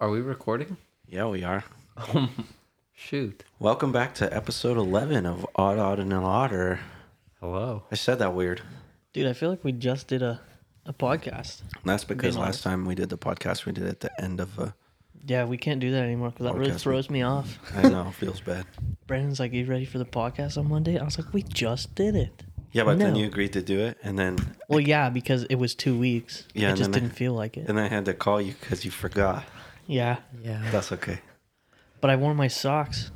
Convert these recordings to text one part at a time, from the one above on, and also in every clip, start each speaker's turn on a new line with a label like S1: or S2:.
S1: Are we recording?
S2: Yeah, we are.
S1: Shoot.
S2: Welcome back to episode 11 of Odd, Odd, and an Otter.
S1: Hello.
S2: I said that weird.
S3: Dude, I feel like we just did a, a podcast.
S2: That's because
S3: Being
S2: last time we did the podcast, we did it at the end of uh, a.
S3: Yeah, we can't do that anymore because that really
S2: Podcast.
S3: throws me off.
S2: I know, feels bad.
S3: Brandon's like, "You ready for the podcast on Monday?" I was like, "We just did it."
S2: Yeah, but then
S3: No.
S2: you agreed to do it, and then
S3: Well, yeah, because it was two weeks.
S2: Yeah,
S3: Yeah, it
S2: and
S3: just
S2: then I-
S3: didn't feel like it.
S2: and I had to call you because you forgot.
S3: yeah,
S1: Yeah.
S2: That's okay.
S3: but I wore my socks,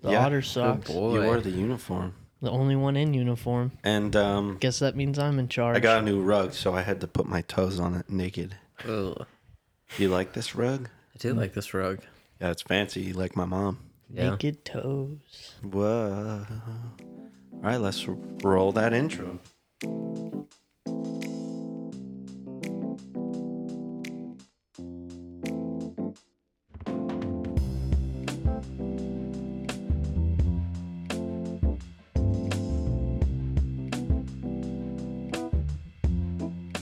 S3: the
S2: Yeah,
S3: otter
S2: good
S3: socks,
S1: boy.
S2: You wore the uniform,
S3: the only one in uniform.
S2: and um,
S3: Guess that means I'm in charge.
S2: I got a new rug, so I had to put my toes on it naked.
S1: Ugh.
S2: You like this rug?
S1: I do like this rug.
S2: Yeah, it's fancy, you like my mom.
S1: Yeah.
S3: naked toes.
S2: Whoa. All right, let's r- roll that intro.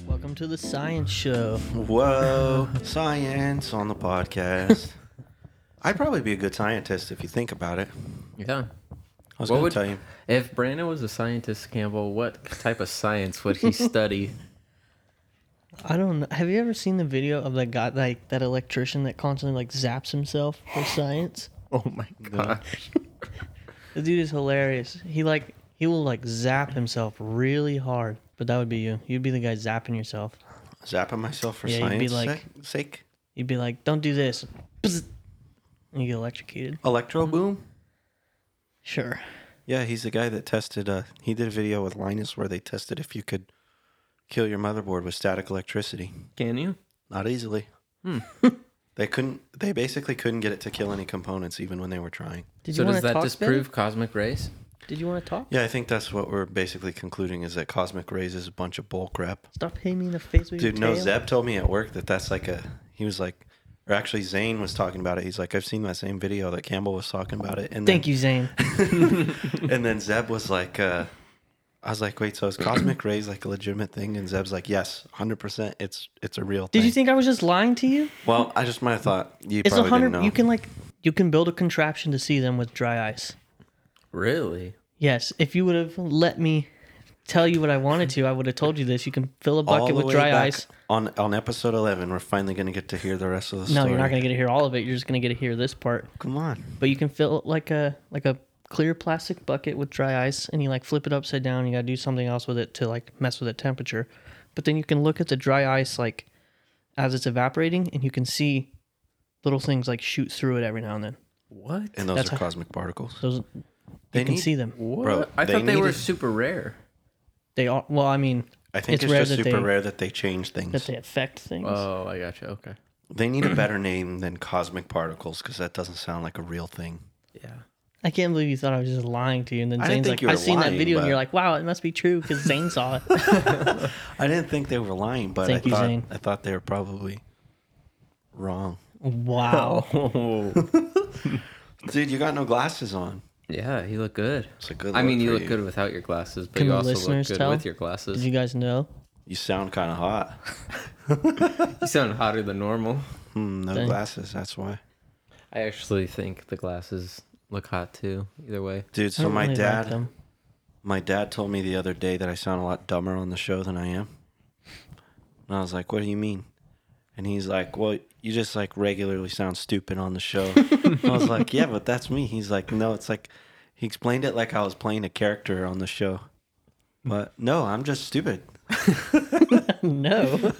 S3: Welcome to the science show.
S2: Whoa, science on the podcast. I'd probably be a good scientist if you think about it.
S1: Yeah.
S2: I was
S1: What
S2: going
S1: would-
S2: to tell you.
S1: If Brandon was a scientist, Campbell, what type of science would he study?
S3: I don't know. Have you ever seen the video of that guy, like that electrician that constantly like zaps himself for science?
S1: oh my gosh.
S3: The dude is hilarious. He like he will like zap himself really hard. But that would be you. You'd be the guy zapping yourself.
S2: Zapping myself for
S3: Yeah, you'd be
S2: science
S3: like-
S2: sec- sake?
S3: You'd be like, "Don't do this," Bzz. and you get electrocuted.
S2: Electro Boom?
S3: Sure.
S2: Yeah, he's the guy that tested, uh, he did a video with Linus where they tested if you could kill your motherboard with static electricity.
S1: Can you?
S2: Not easily.
S3: Hmm.
S2: they couldn't, they basically couldn't get it to kill any components even when they were trying.
S3: Did
S1: so
S3: you want
S1: does
S3: to
S1: that
S3: talk?
S1: disprove
S3: Disprove-
S1: cosmic rays?
S3: Did you want to talk?
S2: Yeah, I think that's what we're basically concluding is that cosmic rays is a bunch of bull crap.
S3: Stop hitting me in the face with
S2: Dude,
S3: your
S2: no,
S3: tail.
S2: Zeb told me at work that that's like a. He was like, or actually, Zane was talking about it. He's like, I've seen that same video that Campbell was talking about it. And
S3: Thank
S2: then,
S3: you, Zane.
S2: And then Zeb was like, uh, I was like, wait, so is cosmic rays like a legitimate thing? And Zeb's like, yes, hundred percent. It's it's a real.
S3: Did
S2: thing.
S3: you think I was just lying to you?
S2: Well, I just might have thought you
S3: It's a
S2: probably didn't
S3: hundred.
S2: know.
S3: You can like you can build a contraption to see them with dry ice.
S1: Really?
S3: Yes. If you would have let me tell you what I wanted to, I would have told you this. You can fill a
S2: All
S3: bucket
S2: the
S3: with
S2: way
S3: dry
S2: back
S3: ice.
S2: on on episode eleven. We're finally gonna get to hear the rest of the
S3: No,
S2: story.
S3: you're not gonna get to hear all of it. You're just gonna get to hear this part.
S2: Come on.
S3: But you can fill it like a like a clear plastic bucket with dry ice, and you like flip it upside down. You gotta do something else with it to like mess with the temperature. But then you can look at the dry ice like as it's evaporating, and you can see little things like shoot through it every now and then.
S1: What?
S2: And those
S3: That's
S2: are
S3: how-
S2: cosmic particles.
S3: Those you
S2: They
S3: can
S2: need-
S3: see them.
S1: what?
S2: Bro,
S1: I
S2: they
S1: thought they were
S2: needed-
S1: super rare.
S3: They are well. I mean,
S2: I think
S3: It's
S2: it's,
S3: rare
S2: just
S3: that
S2: super
S3: they-
S2: rare that they change things.
S3: that they affect things.
S2: Uh,
S1: Oh, I gotcha. Okay.
S2: They need a better name than cosmic particles because that doesn't sound like a real thing.
S1: Yeah.
S3: I can't believe you thought I was just lying to you, and then
S2: I didn't
S3: Zane's
S2: think
S3: like,
S2: you were
S3: "I've seen
S2: lying,
S3: that video,"
S2: but-
S3: and you're like, "Wow, it must be true because Zane saw it."
S2: I didn't think they were lying, but
S3: Thank
S2: I
S3: you,
S2: thought
S3: Zane.
S2: I thought they were probably wrong.
S3: wow.
S1: Oh.
S2: Dude, you got no glasses on.
S1: yeah, you look good.
S2: It's a good.
S1: I mean,
S2: look
S1: you
S2: for
S1: look good without your glasses, but
S3: Can
S1: you
S3: the
S1: also look
S3: listeners
S1: good
S3: tell?
S1: with your
S3: Did
S1: glasses.
S3: you
S1: You...
S3: guys know?
S2: You sound kind of hot.
S1: sound hotter than normal.
S2: Hmm, no
S3: Dang.
S2: glasses. That's why.
S1: I actually think the glasses look hot too. Either way.
S2: Dude,
S3: I
S2: so
S3: don't
S2: my
S3: really like
S2: dad,
S3: them.
S2: my dad told me the other day that I sound a lot dumber on the show than I am. And I was like, "What do you mean?" And he's like, "Well, you just like regularly sound stupid on the show." I was like, "Yeah, but that's me." He's like, "No, it's like," he explained it like I was playing a character on the show. But no, I'm just stupid.
S3: no.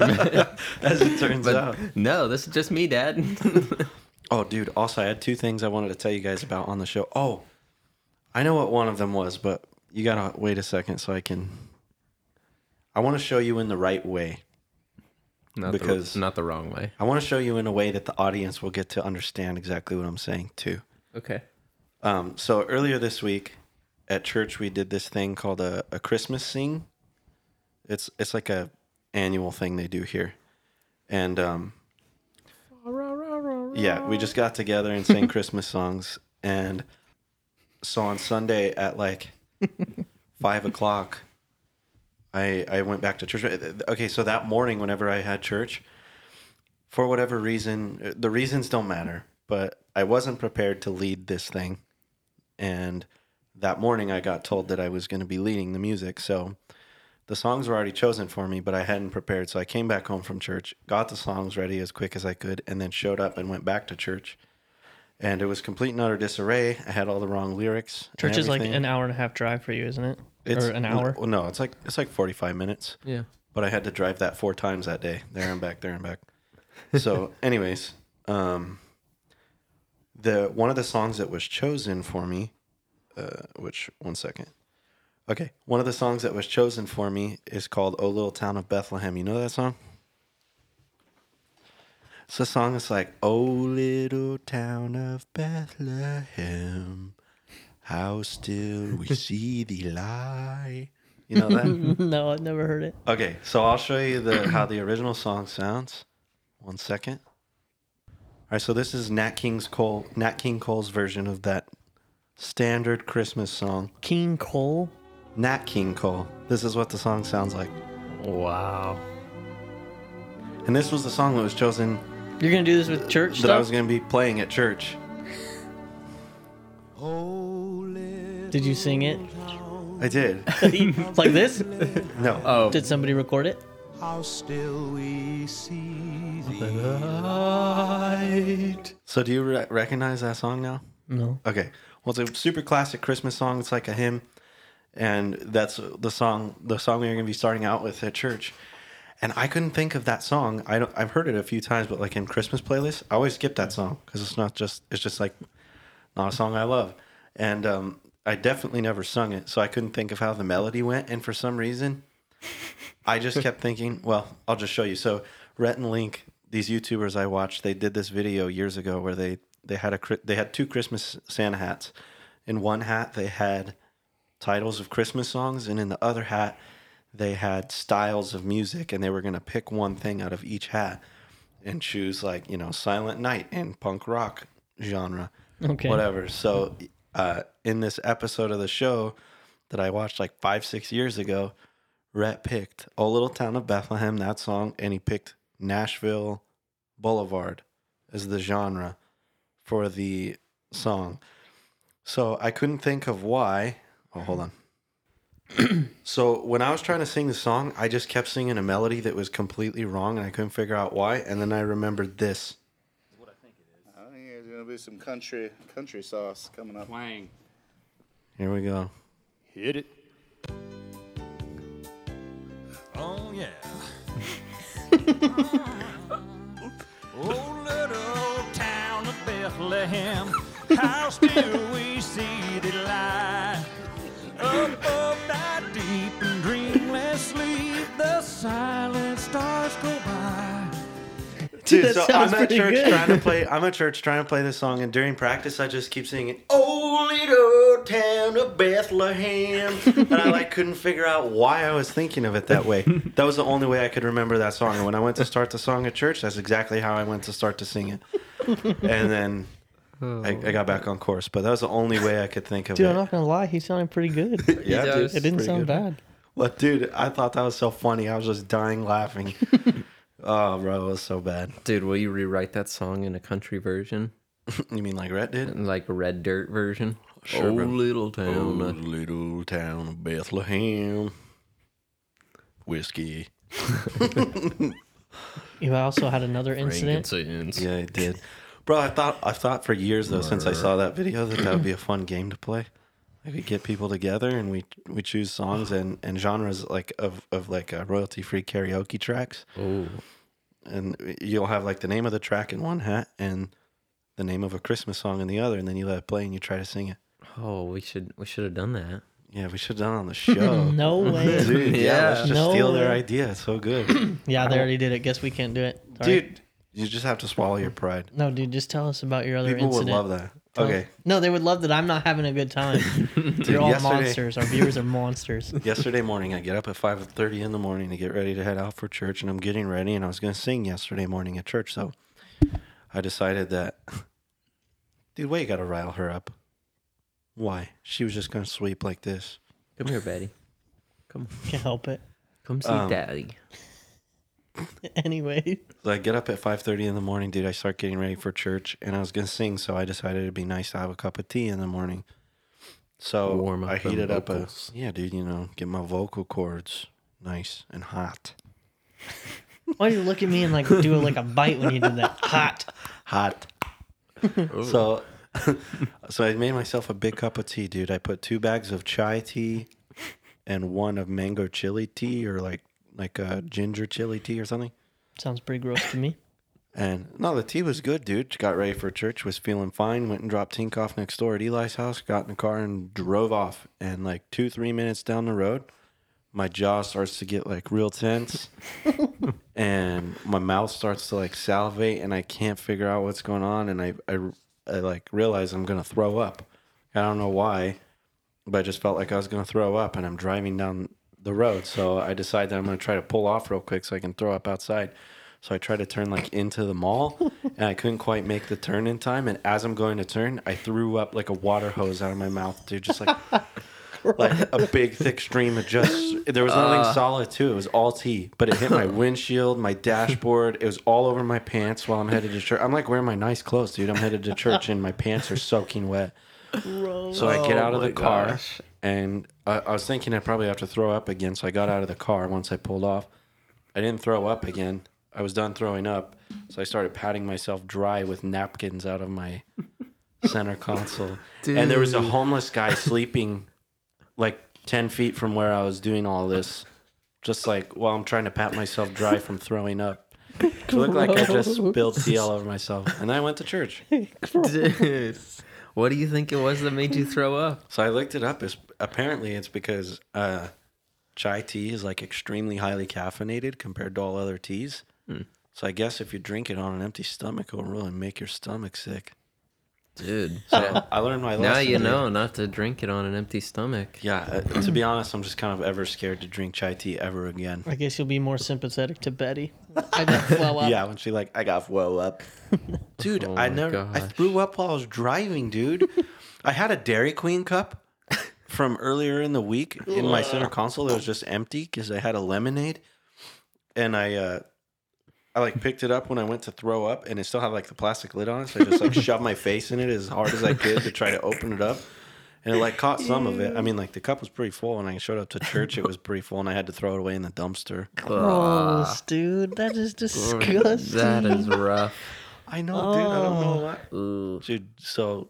S2: As it turns out.
S1: No, this is just me, Dad.
S2: Oh, dude. Also, I had two things I wanted to tell you guys about on the show. Oh, I know what one of them was, but you gotta wait a second so I can. I want to show you in the right way.
S1: not
S2: Because-
S1: the, not the wrong way.
S2: I want to show you in a way that the audience will get to understand exactly what I'm saying too.
S1: Okay.
S2: Um, so earlier this week at church, we did this thing called a, a Christmas sing. It's it's like a annual thing they do here, and um, yeah, we just got together and sang Christmas songs. And so on Sunday at like five o'clock, I I went back to church. Okay, so that morning, whenever I had church, for whatever reason, the reasons don't matter, but I wasn't prepared to lead this thing. And that morning I got told that I was going to be leading the music. So the songs were already chosen for me, but I hadn't prepared. So I came back home from church, got the songs ready as quick as I could, and then showed up and went back to church. And it was complete and utter disarray. I had all the wrong lyrics. and
S3: Church is like
S2: everything.
S3: an hour and a half drive for you, isn't it?
S2: It's-
S3: or an hour.
S2: Well, no, it's like it's like forty five minutes.
S1: Yeah.
S2: But I had to drive that four times that day, there and back, there and back. So, anyways, um, the one of the songs that was chosen for me, uh, which one second, okay, one of the songs that was chosen for me is called "O Little Town of Bethlehem." You know that song? It's a song that's like, "O little town of Bethlehem, how still we see thee lie." You know that?
S3: no, I've never heard it.
S2: Okay, so I'll show you the how the original song sounds. One second. All right, so this is Nat King's Cole, Nat King Cole's version of that standard Christmas song.
S3: King Cole.
S2: Nat King Cole. This is what the song sounds like,
S1: Wow.
S2: and this was the song that was chosen
S3: You're gonna do this with church
S2: that I
S3: stuff?
S2: was going to be playing at church.
S3: Did you sing it
S2: I did.
S3: like this?
S2: No.
S1: Oh.
S3: Did somebody record it?
S4: How still we see the light.
S2: So do you re- recognize that song now?
S3: No.
S2: Okay. Well, it's a super classic Christmas song. It's like a hymn, and that's the song. The song we are going to be starting out with at church. And I couldn't think of that song. I don't, I've heard it a few times, but like in Christmas playlists, I always skip that song because it's not just. It's just like not a song I love, and um, I definitely never sung it, so I couldn't think of how the melody went. And for some reason, I just kept thinking, well, I'll just show you. So Rhett and Link, these YouTubers I watched, they did this video years ago where they they had a Chri- they had two Christmas Santa hats. In one hat they had titles of Christmas songs, and in the other hat they had styles of music, and they were gonna pick one thing out of each hat and choose like you know Silent Night and punk rock genre,
S3: Okay.
S2: whatever. So uh, in this episode of the show that I watched like five six years ago. Rhett picked "O Little Town of Bethlehem" that song, and he picked Nashville Boulevard as the genre for the song. So I couldn't think of why. Oh, hold on. so when I was trying to sing the song, I just kept singing a melody that was completely wrong, and I couldn't figure out why. And then I remembered this.
S5: I think there's gonna be some country country sauce coming up.
S6: Wang.
S2: Here we go.
S6: Hit it.
S4: Oh yeah. oh little town of Bethlehem, how still we see the light. Up of that deep and dreamless sleep, the silent stars go by.
S2: Dude,
S3: That
S2: so
S3: sounds
S2: I'm at
S3: pretty
S2: church
S3: good.
S2: trying to play. I'm at church trying to play this song, and during practice, I just keep singing "Oh Little Town of Bethlehem," and I like couldn't figure out why I was thinking of it that way. That was the only way I could remember that song. And when I went to start the song at church, that's exactly how I went to start to sing it. And then I, I got back on course, but that was the only way I could think of
S3: Dude,
S2: it.
S3: I'm not gonna lie, he sounded pretty good. it
S2: yeah,
S1: does.
S2: dude,
S1: It
S3: didn't
S2: pretty
S3: sound
S2: good.
S3: bad.
S2: Well, dude, I thought that was so funny. I was just dying laughing. oh, bro, it was so bad.
S1: Dude, will you rewrite that song in a country version?
S2: You mean like Rhett did?
S1: Like a red dirt version?
S2: Sure,
S1: oh,
S2: bro.
S1: little town.
S2: Old little town of Bethlehem. Whiskey.
S3: You also had another incident.
S1: Frankincense.
S2: Yeah, it did. Bro, I thought I thought for years though, since I saw that video, that that would be a fun game to play. Like we get people together and we we choose songs and, and genres like of, of like uh, royalty free karaoke tracks,
S1: Oh,
S2: and you'll have like the name of the track in one hat and the name of a Christmas song in the other, and then you let it play and you try to sing it.
S1: oh, we should we should have done that.
S2: Yeah, we should have done it on the show.
S3: No way.
S2: Dude, yeah, let's
S1: Yeah.
S2: just
S3: No
S2: steal their
S3: way.
S2: idea. It's so good.
S3: yeah, they already did it. Guess we can't do it. Sorry.
S2: Dude, you just have to swallow your pride.
S3: No, dude, just tell us about your other
S2: People
S3: incident.
S2: would love that.
S3: Tell-
S2: Okay.
S3: No, they would love that I'm not having a good time. You're all
S2: yesterday-
S3: monsters. Our viewers are monsters.
S2: yesterday morning, I get up at five thirty in the morning to get ready to head out for church, and I'm getting ready, and I was going to sing yesterday morning at church, so I decided that, dude, why you got to rile her up? Why? She was just going to sweep like this.
S1: Come here, Betty. Come Um,
S3: Can't help it.
S1: come see daddy.
S3: anyway.
S2: Like get up at 5:30 in the morning, dude. I start getting ready for church, and I was gonna sing, so I decided it'd be nice to have a cup of tea in the morning. So
S1: Warm up
S2: I
S1: them
S2: heated up a
S1: vocals.
S2: yeah, dude. You know, get my vocal cords nice and hot,
S3: Why do you look at me and like do like a bite when you did that? Hot.
S2: hot. so, so I made myself a big cup of tea, dude. I put two bags of chai tea and one of mango chili tea, or like like a ginger chili tea or something.
S3: Sounds pretty gross to me.
S2: And no, the tea was good, dude. Got ready for church, was feeling fine. Went and dropped Tink off next door at Eli's house. Got in the car and drove off. And like two, three minutes down the road, my jaw starts to get like real tense, and my mouth starts to like salivate, and I can't figure out what's going on. And I, I, I like realize I'm gonna throw up. I don't know why, but I just felt like I was gonna throw up. And I'm driving down the road, so I decide that I'm gonna try to pull off real quick so I can throw up outside. So I try to turn like into the mall, and I couldn't quite make the turn in time. And as I'm going to turn, I threw up like a water hose out of my mouth, dude. Just like like a big thick stream of just there was nothing solid too it was all tea but it hit my windshield my dashboard it was all over my pants while i'm headed to church i'm like wearing my nice clothes dude i'm headed to church and my pants are soaking wet so i get
S1: Oh
S2: out of
S1: my
S2: the car
S1: gosh.
S2: and I, I was thinking i'd probably have to throw up again so i got out of the car once i pulled off i didn't throw up again i was done throwing up so i started patting myself dry with napkins out of my center console and there was a
S1: Dude.
S2: homeless guy sleeping like 10 feet from where I was doing all this, just like while I'm trying to pat myself dry from throwing up. It looked like I just spilled tea all over myself. And then I went to church.
S1: Dude, what do you think it was that made you throw up?
S2: So I looked it up. It's, apparently, it's because uh, chai tea is like extremely highly caffeinated compared to all other teas.
S1: Hmm.
S2: So I guess if you drink it on an empty stomach, it'll really make your stomach sick.
S1: Dude,
S2: So I learned my lesson.
S1: now you
S2: dude.
S1: know not to drink it on an empty stomach.
S2: Yeah, uh, to be honest, I'm just kind of ever scared to drink chai tea ever again.
S3: I guess you'll be more sympathetic to Betty. I got flow up.
S2: Yeah, when she like, I got whoa up. Dude,
S1: Oh
S2: I
S1: my
S2: never I
S1: gosh.
S2: threw up while I was driving, dude. I had a Dairy Queen cup from earlier in the week in my center console that was just empty because I had a lemonade. And I uh I like picked it up when I went to throw up and it still had like the plastic lid on it, so I just like shoved my face in it as hard as I could to try to open it up. And it like caught some of it. I mean, like the cup was pretty full, and I showed up to church. It was pretty full, and I had to throw it away in the dumpster.
S3: Gross, dude. That is disgusting.
S1: That is rough.
S2: I know, dude. I don't
S1: Oh.
S2: know why. Dude, so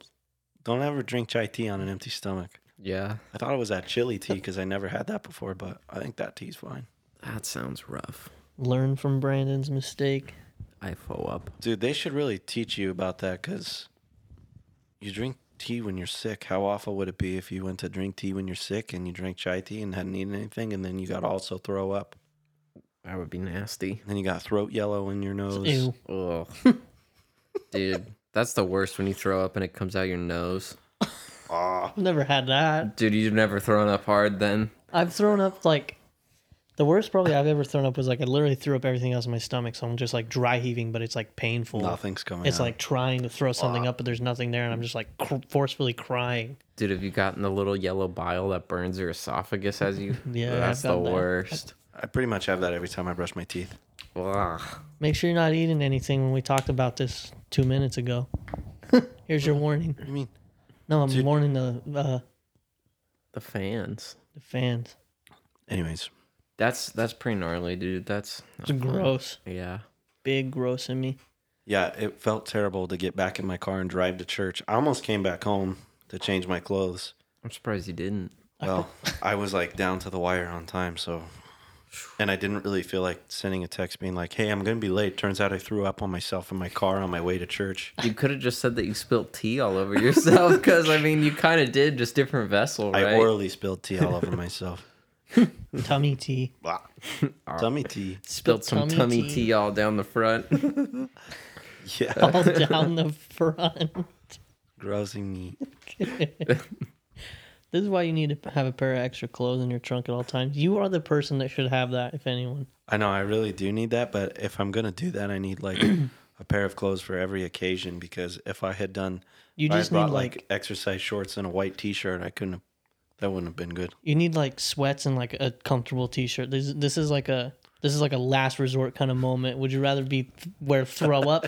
S2: don't ever drink chai tea on an empty stomach.
S1: Yeah,
S2: I thought it was that chili tea because I never had that before, but I think that tea's fine.
S1: that sounds rough.
S3: Learn from Brandon's mistake.
S1: I throw up.
S2: Dude, they should really teach you about that because you drink tea when you're sick. How awful would it be if you went to drink tea when you're sick and you drank chai tea and hadn't eaten anything and then you got also throw up?
S1: That would be nasty.
S2: And then you got throat yellow in your nose.
S3: Ew.
S1: Ugh. Dude, that's the worst when you throw up and it comes out your nose.
S3: I've never had that.
S1: Dude, you've never thrown up hard then?
S3: I've thrown up like the worst probably I've ever thrown up was like I literally threw up everything else in my stomach, so I'm just like dry heaving, but it's like painful.
S2: Nothing's coming
S3: It's
S2: out.
S3: like trying to throw something up, but there's nothing there, and I'm just like cr- forcefully crying.
S1: Dude, have you gotten the little yellow bile that burns your esophagus as you?
S3: Yeah,
S1: that's
S3: I've
S1: the
S3: gotten that.
S1: worst.
S2: I pretty much have that every time I brush my teeth.
S1: Ugh.
S3: Make sure you're not eating anything when we talked about this two minutes ago. Here's your warning.
S2: I mean,
S3: No, I'm warning the uh,
S1: The fans.
S3: the fans.
S2: anyways,
S1: That's that's pretty gnarly, dude. That's
S3: It's gross,
S1: yeah.
S3: big gross in me.
S2: Yeah, it felt terrible to get back in my car and drive to church. I almost came back home to change my clothes.
S1: I'm surprised you didn't.
S2: Well, I was like down to the wire on time, so and I didn't really feel like sending a text being like, "Hey, I'm going to be late." Turns out I threw up on myself in my car on my way to church.
S1: You could have just said that you spilt tea all over yourself because I mean you kind of did, just different vessel, right?
S2: I orally spilled tea all over myself.
S3: Tummy tea.
S2: Tummy tea.
S1: Spilled some
S3: tummy
S1: tummy
S3: tea.
S1: tea. all down the front.
S2: Yeah.
S3: all down the front.
S2: Grousing me.
S3: This is why you need to have a pair of extra clothes in your trunk at all times. You are the person that should have that, if anyone.
S2: I know I really do need that, but if I'm going to do that, I need like a pair of clothes for every occasion because if I had done
S3: You
S2: if I had
S3: just need,
S2: brought, like,
S3: like-
S2: exercise shorts and a white t-shirt, I couldn't have that wouldn't have been good.
S3: You need like sweats and like a comfortable t-shirt. This this is like a This is like a last resort kind of moment. Would you rather be th- wear throw up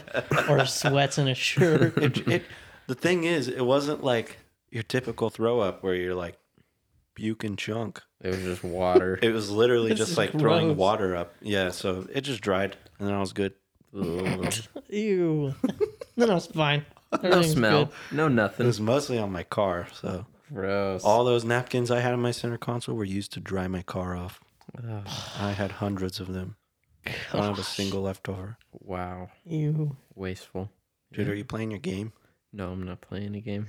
S3: or sweats in a shirt?
S2: It, it, the thing is, it wasn't like your typical throw up where you're like puke and chunk.
S1: It was just water.
S2: It was literally
S3: This
S2: just
S3: is
S2: like throwing
S3: gross.
S2: water up. Yeah, so it just dried, and then I was good.
S1: Ugh.
S3: Ew. no, no, it's fine.
S1: no
S3: Everything's
S1: smell.
S3: good.
S1: No
S2: It
S1: nothing.
S2: was mostly on my car, so
S1: Gross.
S2: all those napkins I had on my center console were used to dry my car off. I had hundreds of them. I don't have a single left over.
S1: wow.
S3: Ew.
S1: Wasteful.
S2: Dude, are you playing your game?
S1: No, I'm not playing a game.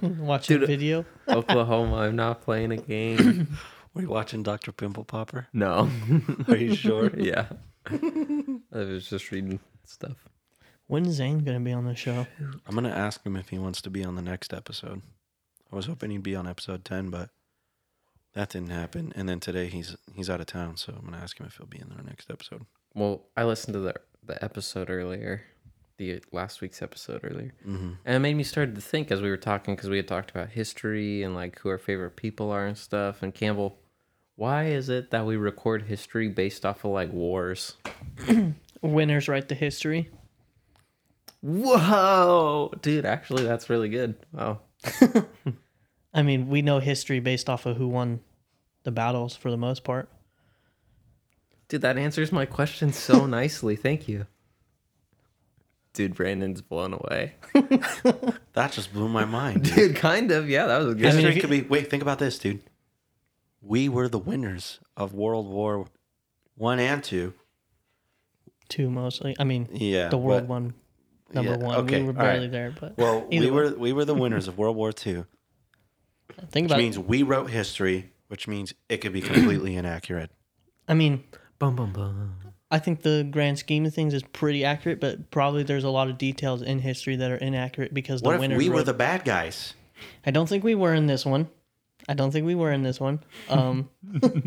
S3: Watch
S1: Dude,
S3: a video.
S1: Oklahoma, I'm not playing a game.
S2: Were you watching Dr. Pimple Popper?
S1: No.
S2: Are you sure?
S1: yeah. I was just reading stuff.
S3: When's Zane gonna be on the show?
S2: I'm gonna ask him if he wants to be on the next episode. I was hoping he'd be on episode ten, but that didn't happen. And then today he's he's out of town, so I'm gonna ask him if he'll be in the next episode.
S1: Well, I listened to the the episode earlier, the last week's episode earlier, and it made me start to think as we were talking because we had talked about history and like who our favorite people are and stuff. And Campbell, why is it that we record history based off of like wars?
S3: Winners write the history.
S1: Whoa, dude! Actually, that's really good. Wow.
S3: I mean, we know history based off of who won the battles for the most part.
S1: Dude, that answers my question so nicely. Thank you. Dude, Brandon's blown away.
S2: That just blew my mind. dude.
S1: Dude, kind of. Yeah, that was a good.
S2: History
S3: if you-
S2: could be. Wait, think about this, dude. We were the winners of World War One and Two.
S3: Two mostly. I mean,
S2: Yeah,
S3: the world
S2: but-
S3: won number
S2: yeah,
S3: one.
S2: okay,
S3: we were
S2: all
S3: barely
S2: right.
S3: there, but
S2: Well,
S3: either
S2: we
S3: way.
S2: were we were the winners of World War Two,
S3: think
S2: which
S3: about.
S2: means we wrote history, which means it could be completely inaccurate.
S3: I mean,
S1: Bum bum bum.
S3: I think the grand scheme of things is pretty accurate, but probably there's a lot of details in history that are inaccurate because the
S2: What
S3: winner.
S2: if we were
S3: wrote-
S2: the bad guys?
S3: I don't think we were in this one. I don't think we were in this one. Um,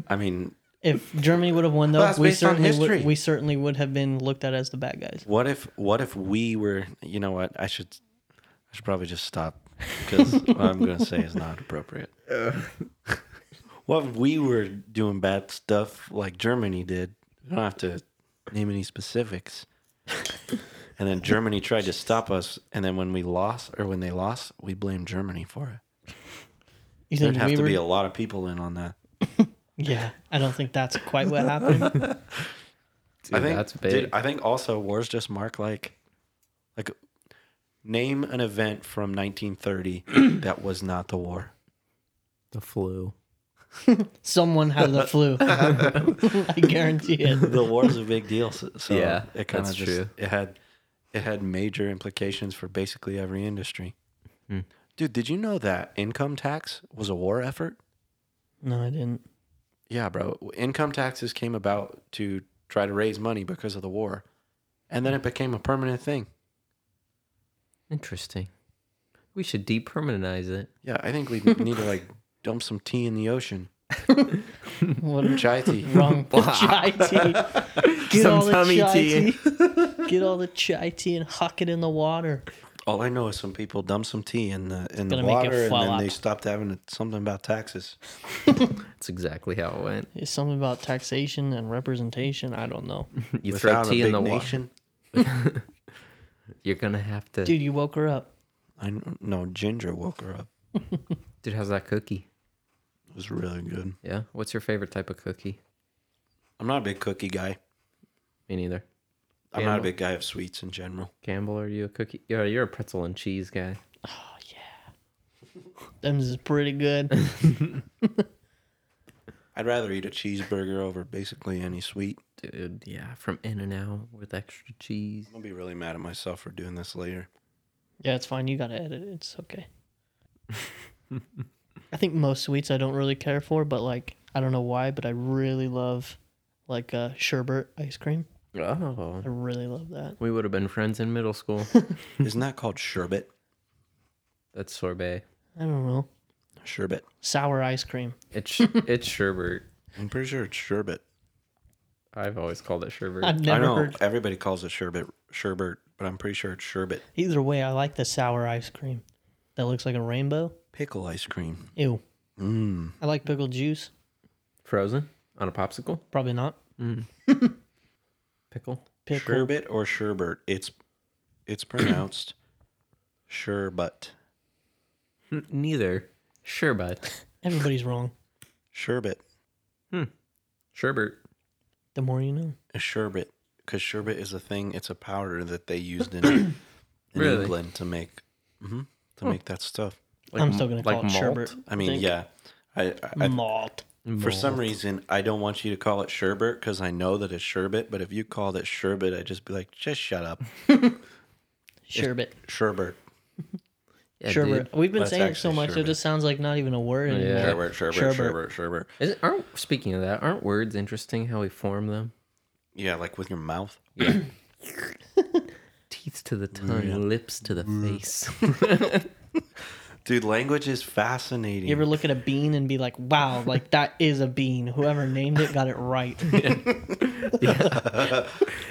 S2: I mean,
S3: if Germany would have won, though,
S2: That's
S3: we
S2: based on
S3: certainly
S2: history.
S3: would, we certainly would have been looked at as the bad guys.
S2: What if what if we were you know what I should I should probably just stop because what I'm gonna say is not appropriate. what if we were doing bad stuff like Germany did? I don't have to name any specifics. and then Germany tried to stop us, and then when we lost or when they lost, we blamed Germany for it.
S3: You
S2: There'd
S3: think
S2: have
S3: we
S2: to
S3: were?
S2: be a lot of people in on that.
S3: yeah, I don't think that's quite what happened.
S1: Dude,
S2: I think
S1: that's big.
S2: dude, I think also wars just mark like like name an event from 1930 that was not the war.
S1: the flu.
S3: Someone had the flu. I guarantee it.
S2: The war is a big deal, so, so
S1: Yeah,
S2: it kind of
S1: that's
S2: just
S1: true.
S2: it had it had major implications for basically every industry.
S1: Hmm.
S2: Dude, did you know that income tax was a war effort?
S3: No, I didn't.
S2: Yeah, bro. Income taxes came about to try to raise money because of the war, and then it became a permanent thing.
S1: Interesting. We should depermanentize it.
S2: Yeah, I think we need to like dump some tea in the ocean.
S3: What a
S2: Chai tea.
S3: wrong chai tea. Get
S1: Some
S3: all the
S1: tummy
S3: chai
S1: tea.
S3: tea. Get all the chai tea and huck it in the water.
S2: All I know is some people dump some tea in the in the
S3: gonna make it
S2: water, and
S3: fall
S2: then
S3: out.
S2: they stopped having it- something about taxes.
S1: That's exactly how it went.
S3: It's something about taxation and representation. I don't know.
S1: You
S2: Without
S1: throw
S2: a
S1: tea in
S2: big
S1: the water.
S2: nation,
S1: You're gonna have to. Dude,
S3: Dude, you woke her up.
S2: I kn- no ginger woke her up.
S1: how's that cookie?
S2: It was really good.
S1: Yeah. What's your favorite type of cookie?
S2: I'm not a big cookie guy.
S1: Me neither.
S2: I'm
S1: Yeah,
S2: not a
S1: no.
S2: big guy of sweets in general.
S1: Campbell, are you a cookie? Yeah, you're a pretzel and cheese guy.
S3: Them's is pretty good.
S2: I'd rather eat a cheeseburger over basically any sweet.
S1: Dude, yeah, from In and Out with extra cheese.
S2: I'll be really mad at myself for doing this later.
S3: Yeah, it's fine. You gotta edit it. It's okay. I think most sweets I don't really care for, but like I don't know why, but I really love like uh sherbet ice cream.
S1: Oh.
S3: I really love that.
S1: We would have been friends in middle school.
S3: Hmm.
S2: Isn't that called sherbet?
S1: That's sorbet.
S3: I don't know.
S2: Sherbet.
S3: Sour ice cream.
S1: It's sh- it's sherbet.
S2: I'm pretty sure it's sherbet.
S1: I've always called it sherbet.
S3: I've
S2: I
S3: never
S2: know
S3: heard
S2: everybody calls it sherbet, sherbet, but I'm pretty sure it's sherbet.
S3: either way, I like the sour ice cream. That looks like a rainbow.
S2: Pickle ice cream.
S3: Ew.
S2: Mmm.
S3: I like pickled juice.
S1: Frozen on a popsicle.
S3: Probably not.
S1: Pickle.
S3: Pickle.
S2: Sherbet or sherbert? It's it's pronounced sherbet.
S1: N- neither. Sherbet.
S3: Everybody's wrong.
S2: Sherbet.
S1: Sherbert.
S3: The more you know.
S2: A sherbet. Because sherbet is a thing, it's a powder that they used in, in
S1: Really?
S2: England to make hmm to make that stuff.
S1: Like
S3: I'm
S1: m-
S3: still gonna call
S1: like
S3: it
S1: malt?
S3: sherbet.
S2: I mean,
S3: think.
S2: yeah. I, I,
S3: Malt.
S2: I for some reason I don't want you to call it sherbet because I know that it's sherbet. But if you called it sherbet, I'd just be like, just shut up,
S3: Sherbet.
S2: sherbet,
S1: Yeah,
S3: sherbet.
S1: dude.
S3: We've been
S2: That's
S3: saying it so
S2: actually
S3: much,
S2: sherbet.
S3: it just sounds like not even a word
S1: Yeah.
S3: anymore.
S2: sherbet, sherbet,
S3: Sherbet.
S2: sherbet, sherbet, sherbet.
S1: Isn't, aren't, speaking of that, aren't words interesting how we form them?
S2: Yeah, like with your mouth.
S1: Teeth to the tongue, lips to the
S2: Mm.
S1: face.
S2: Dude, language is fascinating.
S3: You ever look at a bean and be like, wow, like that is a bean. Whoever named it got it right.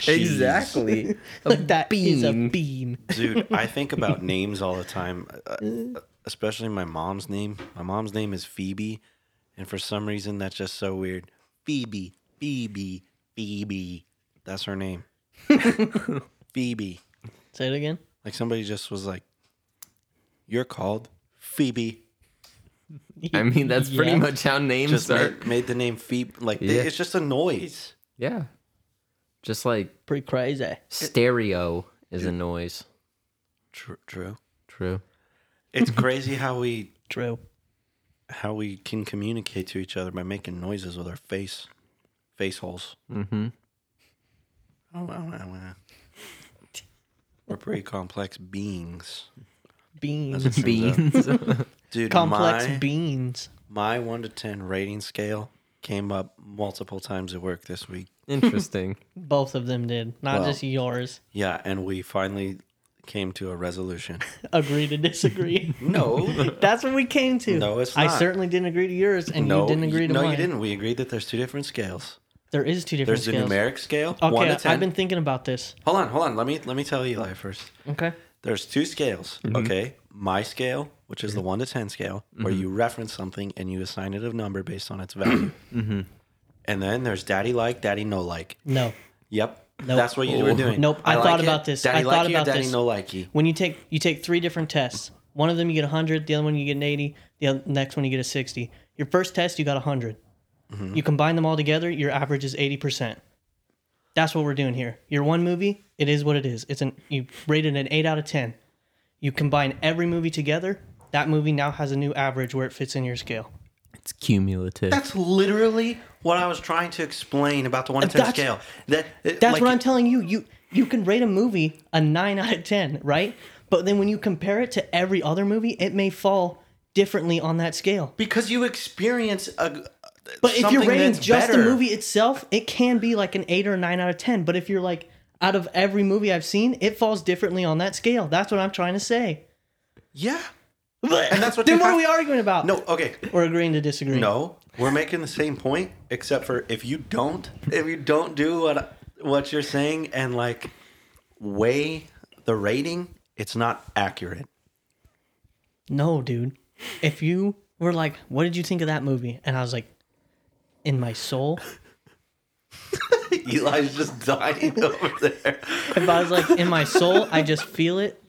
S1: exactly. A
S3: like that is a
S1: bean.
S3: bean.
S2: Dude, I think about names all the time, uh, especially my mom's name. My mom's name is Phoebe, and for some reason that's just so weird. Phoebe, Phoebe, Phoebe. That's her name. Phoebe.
S3: Say it again.
S2: Like somebody just was like, "You're called Phoebe."
S1: I mean, that's pretty
S3: Yeah.
S1: much how names
S2: Just
S1: start.
S2: made, made the name Phoebe. Like
S1: Yeah.
S2: it's just a noise.
S1: Yeah. Just like
S3: Pretty crazy.
S1: stereo is a noise.
S2: True. True.
S1: True.
S2: It's crazy how we
S3: True.
S2: how we can communicate to each other by making noises with our face, face holes.
S1: Mm-hmm.
S2: Oh, wow, wow, wow. We're pretty complex beings.
S3: Beans.
S2: That's what it turns out.
S1: Beans.
S2: Dude,
S3: Complex
S2: my,
S3: beans.
S2: my 1 to 10 rating scale came up multiple times at work this week.
S1: Interesting.
S3: Both of them did. Not
S2: Well.
S3: just yours.
S2: Yeah, and we finally came to a resolution.
S3: Agree to disagree.
S2: No.
S3: That's what we came to.
S2: No, it's
S3: I
S2: not.
S3: certainly didn't agree to yours, and
S2: no,
S3: you didn't agree to
S2: no,
S3: mine.
S2: you didn't. We agreed that there's two different scales.
S3: There is two different
S2: There's
S3: scales.
S2: the numeric scale, one
S3: okay,
S2: to
S3: I-
S2: 10.
S3: I've been thinking about this.
S2: Hold on, hold on. Let me let me tell Eli first.
S3: Okay.
S2: There's two scales. Okay. My scale, which is the one to 10 scale, where you reference something and you assign it a number based on its value. And then there's daddy like, daddy no like.
S3: No.
S2: Yep.
S3: Nope.
S2: That's what you were doing.
S3: Nope, I thought
S2: like
S3: about this.
S2: Daddy
S3: I thought
S2: likey or
S3: about
S2: daddy
S3: this.
S2: no likey.
S3: When you take you take three different tests. One of them you get 100, the other one you get an 80, the oth- next one you get a 60. Your first test you got 100.
S2: Mm-hmm.
S3: You combine them all together, your average is 80%. That's what we're doing here. Your one movie, it is what it is. It's an you rated an 8 out of 10. You combine every movie together, that movie now has a new average where it fits in your scale.
S1: It's cumulative.
S2: That's literally what I was trying to explain about the one to 10
S3: That's-
S2: scale. That, it-
S3: That's
S2: like,
S3: what I'm telling you. You you can rate a movie a nine out of ten, right? But then when you compare it to every other movie, it may fall differently on that scale.
S2: Because you experience a.
S3: But if your
S2: something
S3: rating's
S2: that's
S3: just
S2: better.
S3: the movie itself, it can be like an eight or a nine out of ten. But if you're like out of every movie I've seen, it falls differently on that scale. That's what I'm trying to say.
S2: Yeah.
S3: And
S2: that's what
S3: then
S2: you
S3: what
S2: have-
S3: are we arguing about?
S2: No, okay.
S3: We're agreeing to disagree.
S2: No, we're making the same point, except for if you don't, if you don't do what what you're saying and like weigh the rating, it's not accurate.
S3: No, dude. If you were like, what did you think of that movie? And I was like, in my soul,
S2: Eli's just dying over there.
S3: if I was like, in my soul, I just feel it.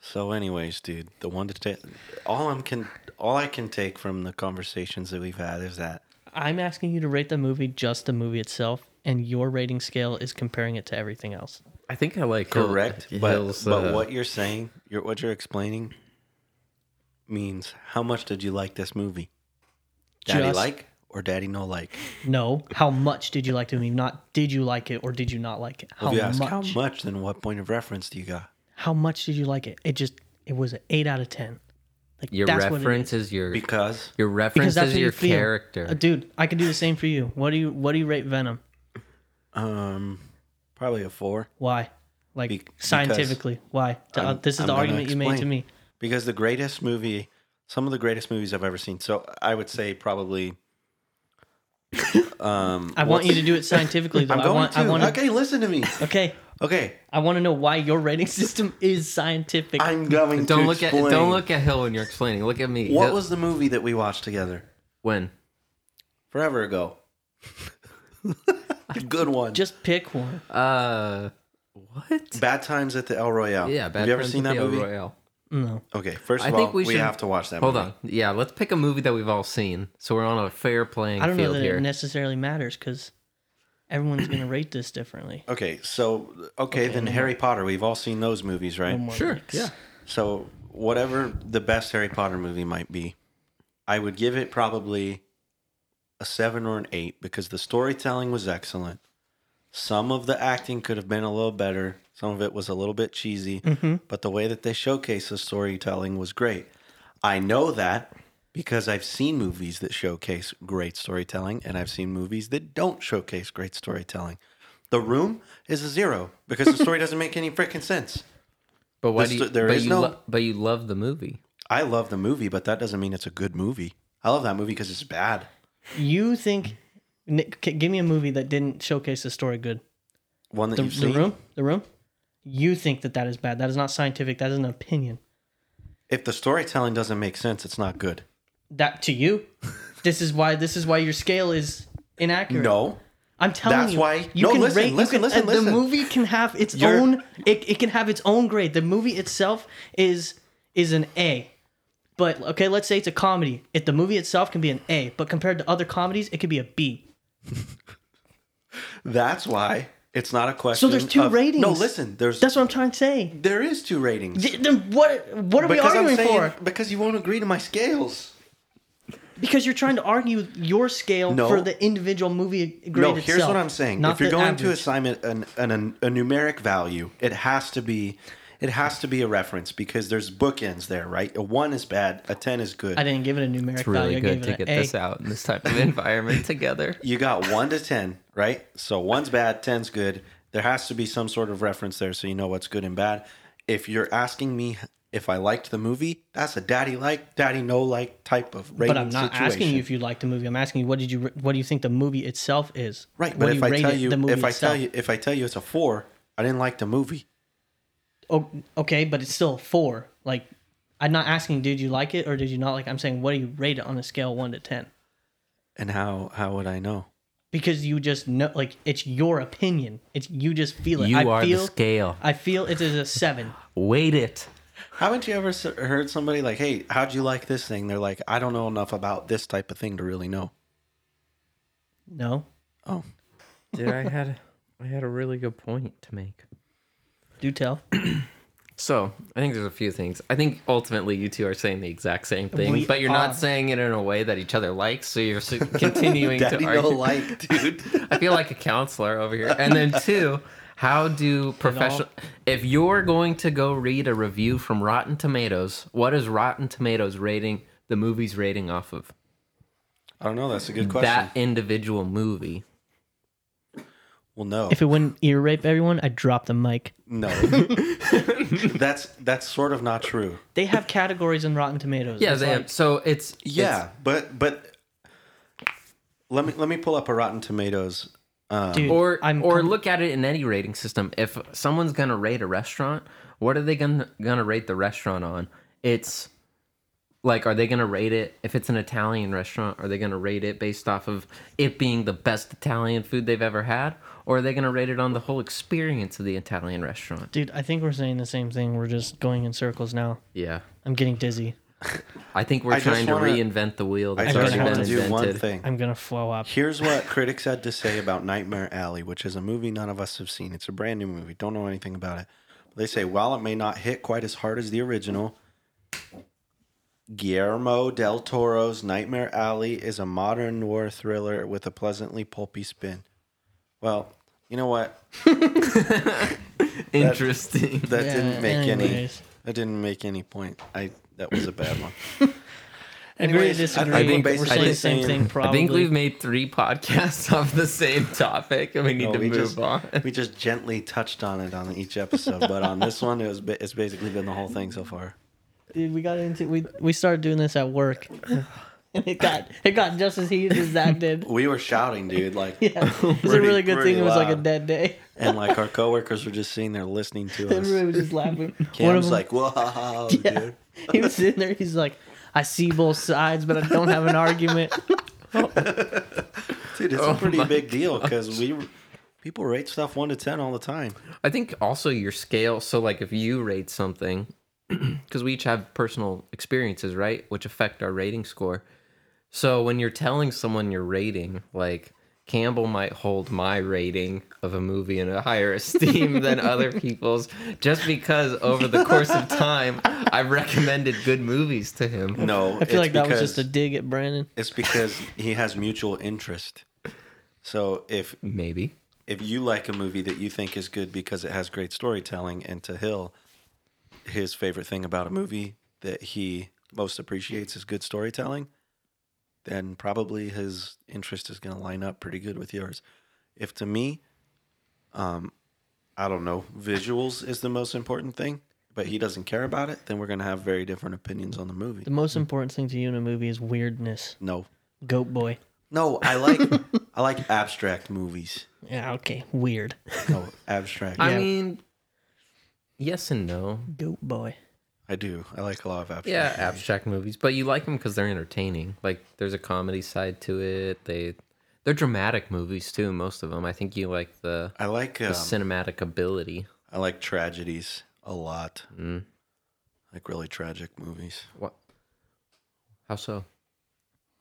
S2: So, anyways, dude, the one to take all I'm can all I can take from the conversations that we've had is that
S3: I'm asking you to rate the movie just the movie itself, and your rating scale is comparing it to everything else.
S1: I think I like Hill-
S2: correct, but
S1: Hill's,
S2: but
S1: uh,
S2: what you're saying, you're, what you're explaining means how much did you like this movie? Daddy
S3: Just-
S2: like or daddy no like?
S3: No, how much did you like the movie? Not did you like it or did you not like it? How
S1: Oh,
S2: If you ask
S3: much?
S2: how much, then what point of reference do you got?
S3: How much did you like it? It just it was an eight out of ten. Like
S1: your
S3: that's what it
S1: reference
S3: is.
S1: is your
S2: Because
S1: your
S3: because
S1: reference
S3: that's
S1: is
S3: what
S1: your
S3: you feel.
S1: character.
S3: Uh, dude. I can do the same for you. What do you what do you rate Venom?
S2: um, probably a four.
S3: Why? Like
S2: Be- because
S3: scientifically, why? To- uh,
S2: I'm-
S3: this is
S2: I'm
S3: the
S2: gonna
S3: argument you made to
S2: explain.
S3: me.
S2: Because the greatest movie, some of the greatest movies I've ever seen. So I would say probably. Um,
S3: I want you to do it scientifically. Though.
S2: I'm
S3: I
S2: going
S3: want.
S2: to.
S3: I want.
S2: okay, listen to me.
S3: okay.
S2: Okay,
S3: I want to know why your rating system is scientific.
S2: I'm going
S1: don't
S2: to
S1: look at
S2: explain.
S1: don't look at Hill when you're explaining. Look at me.
S2: What
S1: Hill-
S2: was the movie that we watched together
S1: when?
S2: forever ago? Good one.
S3: Just pick one.
S1: Uh, what?
S2: Bad Times at the El Royale.
S1: Yeah, Bad
S2: Have you ever
S1: Times
S2: seen
S1: at
S2: that
S1: the El
S2: movie?
S1: Royale.
S3: No.
S2: Okay, first
S1: I
S2: of
S1: think
S2: all, we,
S1: we should-
S2: have to watch that.
S1: Hold
S2: movie.
S1: on. Yeah, let's pick a movie that we've all seen. So we're on a fair playing
S3: I don't know
S1: field
S3: that
S1: here.
S3: it necessarily matters because everyone's going to rate this differently.
S2: Okay, so okay, then Harry Potter. We've all seen those movies, right?
S3: One more
S1: sure.
S3: mix.
S1: Yeah.
S2: So whatever the best Harry Potter movie might be, I would give it probably a seven or an eight because the storytelling was excellent. Some of the acting could have been a little better. Some of it was a little bit cheesy, but the way that they showcased the storytelling was great. I know that because I've seen movies that showcase great storytelling and I've seen movies that don't showcase great storytelling. The Room is a zero because the story doesn't make any freaking sense.
S1: But why
S2: This-
S1: do you,
S2: there
S1: but
S2: is
S1: you
S2: no-
S1: lo- but you love the movie.
S2: I love the movie, but that doesn't mean it's a good movie. I love that movie because it's bad.
S3: You think? Nick, c- give me a movie that didn't showcase the story good.
S2: One that
S3: The,
S2: you've
S3: the
S2: seen.
S3: room. The room. You think that that is bad? That is not scientific. That is an opinion.
S2: If the storytelling doesn't make sense, it's not good.
S3: That to you. this is why. This is why your scale is inaccurate.
S2: No,
S3: I'm telling
S2: That's
S3: you.
S2: why-
S3: you
S2: No,
S3: can
S2: listen,
S3: rate. you
S2: listen,
S3: can-
S2: listen,
S3: uh, The
S2: listen.
S3: movie can have its
S2: You're-
S3: own. It, it can have its own grade. The movie itself is is an A. But okay, let's say it's a comedy. If the movie itself can be an A, but compared to other comedies, it could be a B.
S2: that's why it's not a question.
S3: there's two
S2: of-
S3: ratings.
S2: No, listen, there's
S3: That's what I'm trying to say.
S2: there is two ratings.
S3: Th- Then what? What are we arguing for?
S2: because you won't agree to my scales.
S3: Because you're trying to argue your scale
S2: No.
S3: for the individual movie grade
S2: No,
S3: itself.
S2: here's what I'm saying.
S3: not
S2: if you're
S3: the
S2: going to
S3: average.
S2: assign it an, an, an, a numeric value, it has to be it has to be a reference because there's bookends there, right? A one is bad, a ten is good.
S3: I didn't give it a numeric
S1: It's really
S3: value. I
S1: good
S3: gave
S1: to
S3: it an
S1: get
S3: A.
S1: this out in this type of environment together.
S2: you got one to ten, right? So one's bad, ten's good. There has to be some sort of reference there, so you know what's good and bad. If you're asking me if I liked the movie, that's a daddy like, daddy no like type of rating
S3: But I'm not
S2: situation.
S3: asking you if you like the movie. I'm asking you what did you what do you think the movie itself is?
S2: right.
S3: What
S2: But
S3: do
S2: if I
S3: rate
S2: tell
S3: it,
S2: you,
S3: the movie
S2: if I
S3: itself?
S2: tell you, if I tell you it's a four, I didn't like the movie.
S3: oh, okay, but it's still a four. Like, I'm not asking, did you like it or did you not like? it? I'm saying, what do you rate it on a scale of one to ten?
S2: And how how would I know?
S3: Because you just know, like, it's your opinion. It's you just feel it.
S1: You
S3: I
S1: are
S3: feel,
S1: the scale.
S3: I feel it is a seven.
S1: Wait it.
S2: Haven't you ever s- heard somebody like, "Hey, how'd you like this thing?" They're like, "I don't know enough about this type of thing to really know."
S3: No,
S2: Oh,
S1: Dude, I had I had a really good point to make.
S3: do tell.
S1: So I think there's a few things. I think ultimately you two are saying the exact same thing,
S3: We
S1: but you're
S3: are.
S1: not saying it in a way that each other likes. So you're s- continuing
S2: daddy
S1: to
S2: no
S1: argue.
S2: like, dude.
S1: I feel like a counselor over here. And then two, how do professional? If you're going to go read a review from Rotten Tomatoes, what is Rotten Tomatoes rating the movie's rating off of
S2: I don't know. That's a good question.
S1: that individual movie?
S2: well, no.
S3: If it wouldn't ear rape everyone, I'd drop the mic.
S2: No, that's that's sort of not true.
S3: They have categories in Rotten Tomatoes.
S1: Yeah,
S3: It's
S1: they
S3: like-
S1: have, so it's
S2: Yeah, but but let me let me pull up a Rotten Tomatoes.
S3: dude,
S1: or
S3: I'm
S1: or
S3: com-
S1: look at it in any rating system. If someone's gonna rate a restaurant, what are they gonna gonna rate the restaurant on? It's like, are they gonna rate it if it's an Italian restaurant? Are they gonna rate it based off of it being the best Italian food they've ever had, or are they gonna rate it on the whole experience of the Italian restaurant?
S3: dude, I think we're saying the same thing. We're just going in circles now.
S1: Yeah,
S3: I'm getting dizzy.
S1: I think we're
S2: I just
S1: trying to
S2: wanna-
S1: reinvent the wheel
S2: I
S1: that's
S2: just
S1: already
S2: want
S1: been
S2: to do
S1: invented.
S2: one thing.
S3: I'm gonna flow up.
S2: Here's what critics had to say about Nightmare Alley, which is a movie none of us have seen. It's a brand new movie. Don't know anything about it. They say while it may not hit quite as hard as the original, Guillermo del Toro's Nightmare Alley is a modern noir thriller with a pleasantly pulpy spin. Well, you know what?
S1: Interesting.
S2: That
S3: Yeah,
S2: didn't make any.
S3: anyways.
S2: That didn't make any point. I that was a bad one.
S3: Agree,
S2: Anyways,
S3: disagree.
S2: I- I
S1: think
S3: we're
S1: basi- I
S3: saying the
S1: think-
S3: same thing. Probably.
S1: I think we've made three podcasts of the same topic, and we need
S2: No,
S1: to
S2: we
S1: move
S2: just
S1: on.
S2: we just gently touched on it on each episode, but on this one, it was ba- it's basically been the whole thing so far.
S3: Dude, we got into we we started doing this at work, and it got it got just as heated as that did.
S2: We were shouting, dude, like
S3: Yeah, it was a
S2: Pretty-
S3: really good
S2: pretty
S3: thing. It was like a
S2: loud.
S3: dead day.
S2: and like our coworkers were just sitting there listening to us.
S3: Everyone was just laughing. One of
S2: Cam's
S3: them,
S2: like, "Wow,
S3: yeah,
S2: dude."
S3: he was sitting there. He's like, I see both sides, but I don't have an argument.
S2: Dude, it's
S1: Oh
S2: a pretty
S1: my
S2: big deal because we people rate stuff one to ten all the time.
S1: I think also your scale. So, like, if you rate something, because we each have personal experiences, right, which affect our rating score. So, when you're telling someone your rating, like Campbell might hold my rating of a movie in a higher esteem than other people's, just because over the course of time I've recommended good movies to him.
S2: No,
S3: I feel like that was just a dig at Brandon.
S2: It's because he has mutual interest. So if
S1: Maybe.
S2: if you like a movie that you think is good because it has great storytelling, and to Hill, his favorite thing about a movie that he most appreciates is good storytelling, then probably his interest is going to line up pretty good with yours. If to me, um, I don't know, visuals is the most important thing, but he doesn't care about it, then we're going to have very different opinions on the movie.
S3: The most important thing to you in a movie is weirdness.
S2: No,
S3: Goat boy.
S2: no, I like I like abstract movies.
S3: Yeah, okay. Weird.
S2: No, abstract.
S1: I
S3: Yeah.
S1: mean, yes and no.
S3: Goat boy.
S2: I do. I like a lot of abstract.
S1: Yeah,
S2: movies.
S1: abstract movies, but you like them because they're entertaining. Like there's a comedy side to it. They they're dramatic movies too. Most of them, I think you like the,
S2: I like
S1: the
S2: um,
S1: cinematic ability.
S2: I like tragedies a lot.
S1: Mm.
S2: Like really tragic movies.
S1: What? How so?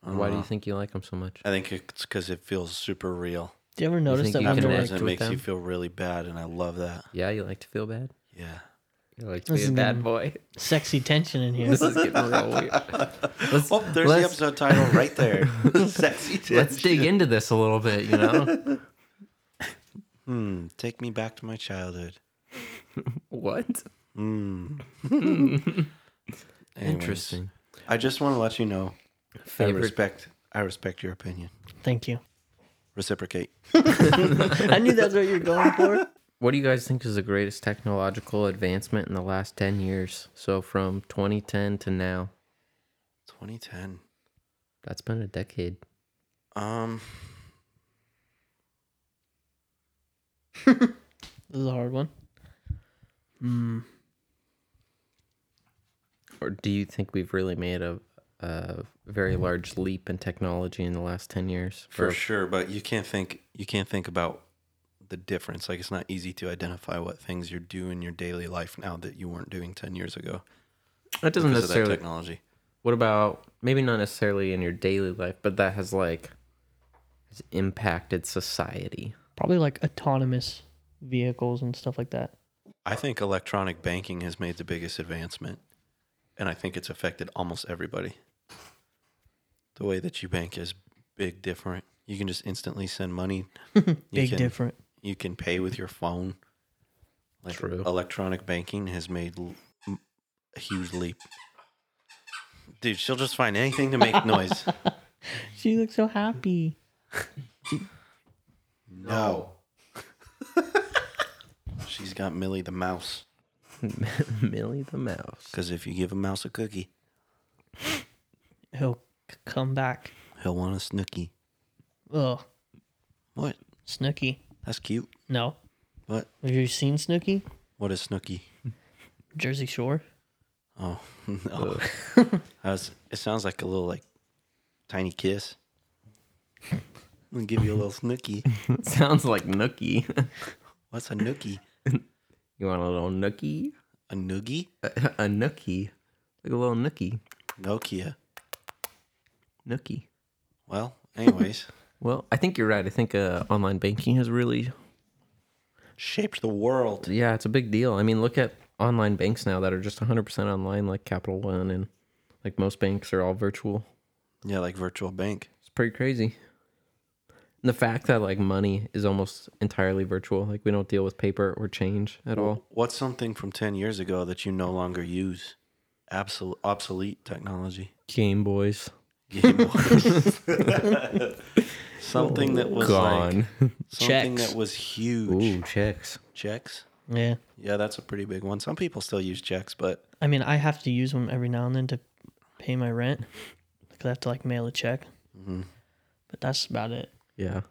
S2: I don't
S1: Why do
S2: know.
S1: you think you like them so much?
S2: I think it's because it feels super real.
S3: Do you ever notice
S1: think
S3: that
S1: you
S3: when we're
S1: connect?
S3: like,
S2: Afterwards,
S1: with
S2: it makes you
S1: them?
S2: feel really bad, and I love that.
S1: Yeah, you like to feel bad.
S2: Yeah.
S1: You like to
S3: This
S1: be
S3: is
S1: a bad
S3: getting-
S1: boy.
S3: sexy tension in here?
S1: This is getting real weird. Let's,
S2: Oh, there's
S1: let's,
S2: the episode title right there. Sexy.
S1: Let's
S2: tension.
S1: dig into this a little bit. You know
S2: Hmm, take me back to my childhood.
S1: what?
S2: Anyways,
S1: Interesting.
S2: I just want to let you know. I
S1: Favorite
S2: respect. I respect your opinion.
S3: Thank you.
S2: Reciprocate.
S3: I knew that's what you were going for.
S1: What do you guys think is the greatest technological advancement in the last 10 years? So from 2010 to now,
S2: 2010.
S1: that's been a decade.
S2: Um.
S3: This is a hard one.
S1: Or do you think we've really made a, a very large leap in technology in the last 10 years?
S2: Mm-hmm. for
S1: Or-
S2: sure but you can't think you can't think about the difference like it's not easy to identify what things you do in your daily life now that you weren't doing 10 years ago
S1: That doesn't
S2: because of that
S1: necessarily.
S2: technology
S1: What about maybe not necessarily in your daily life, but that has like has impacted society?
S3: Probably like autonomous vehicles and stuff like that.
S2: i think electronic banking has made the biggest advancement and i think it's affected almost everybody the way that you bank is big different you can just instantly send money You
S3: Big
S2: can-
S3: different.
S2: you can pay with your phone like
S1: True.
S2: electronic banking has made l- m- a huge leap dude she'll just find anything to make noise
S3: She looks so happy.
S2: no she's got millie the mouse
S1: Millie the Mouse.
S2: because if you give a mouse a cookie
S3: He'll c- come back.
S2: he'll want a snookie
S3: Ugh.
S2: what
S3: Snooky.
S2: that's cute
S3: No.
S2: what
S3: Have you seen Snooky?
S2: what is snookie
S3: Jersey Shore?
S2: oh no I was, it sounds like a little like tiny kiss i'm gonna give you a little snookie
S1: Sounds like Nookie.
S2: what's a nookie
S1: you want a little Nookie?
S2: a noogie
S1: a nookie, like a little nookie,
S2: nokia
S1: nookie.
S2: Well, anyways,
S1: Well, I think you're right. I think uh, online banking has really,
S2: shaped the world.
S1: yeah, it's a big deal. I mean, look at online banks now that are just 100% online, like Capital One, and like most banks are all virtual.
S2: Yeah, like virtual bank.
S1: It's pretty crazy. And the fact that like money is almost entirely virtual, like we don't deal with paper or change at all.
S2: What's something from 10 years ago that you no longer use? Absolute obsolete technology.
S1: Game Boys
S2: Game Boys. something that was like
S1: gone.
S2: something
S3: Checks.
S2: that was huge.
S1: Ooh, checks.
S2: Checks?
S3: Yeah.
S2: Yeah, that's a pretty big one. Some people still use checks, but
S3: I mean, I have to use them every now and then to pay my rent. 'Cause I have to like mail a check.
S1: Mm-hmm.
S3: But that's about it.
S1: Yeah.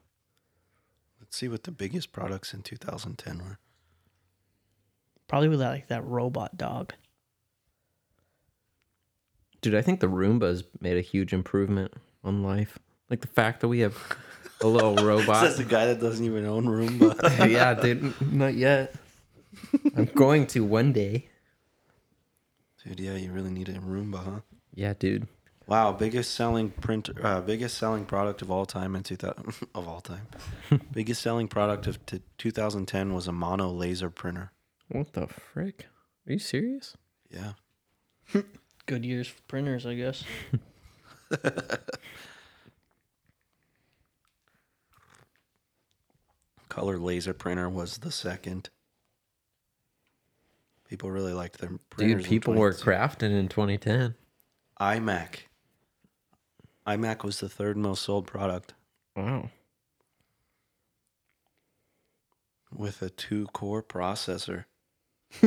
S2: let's see what the biggest products in 2010 were.
S3: Probably with that, like that robot dog.
S1: Dude, I think the Roomba's made a huge improvement on life. Like the fact that we have a little robot.
S2: Says the guy that doesn't even own Roomba.
S1: yeah, dude, not yet. I'm going to one day.
S2: Dude, yeah, you really need a Roomba, huh?
S1: Yeah, dude.
S2: Wow, biggest selling print, uh, biggest selling product of all time in 2000 of all time. biggest selling product of t- 2010 was a mono laser printer.
S1: What the frick? Are you serious?
S2: Yeah,
S3: Good years for printers, I guess.
S2: color laser printer was the second. People really liked their printers.
S1: Dude,
S2: in
S1: people were
S2: 2010.
S1: crafting in 2010.
S2: iMac. iMac was the third most sold product
S1: Wow.
S2: with a two core processor, four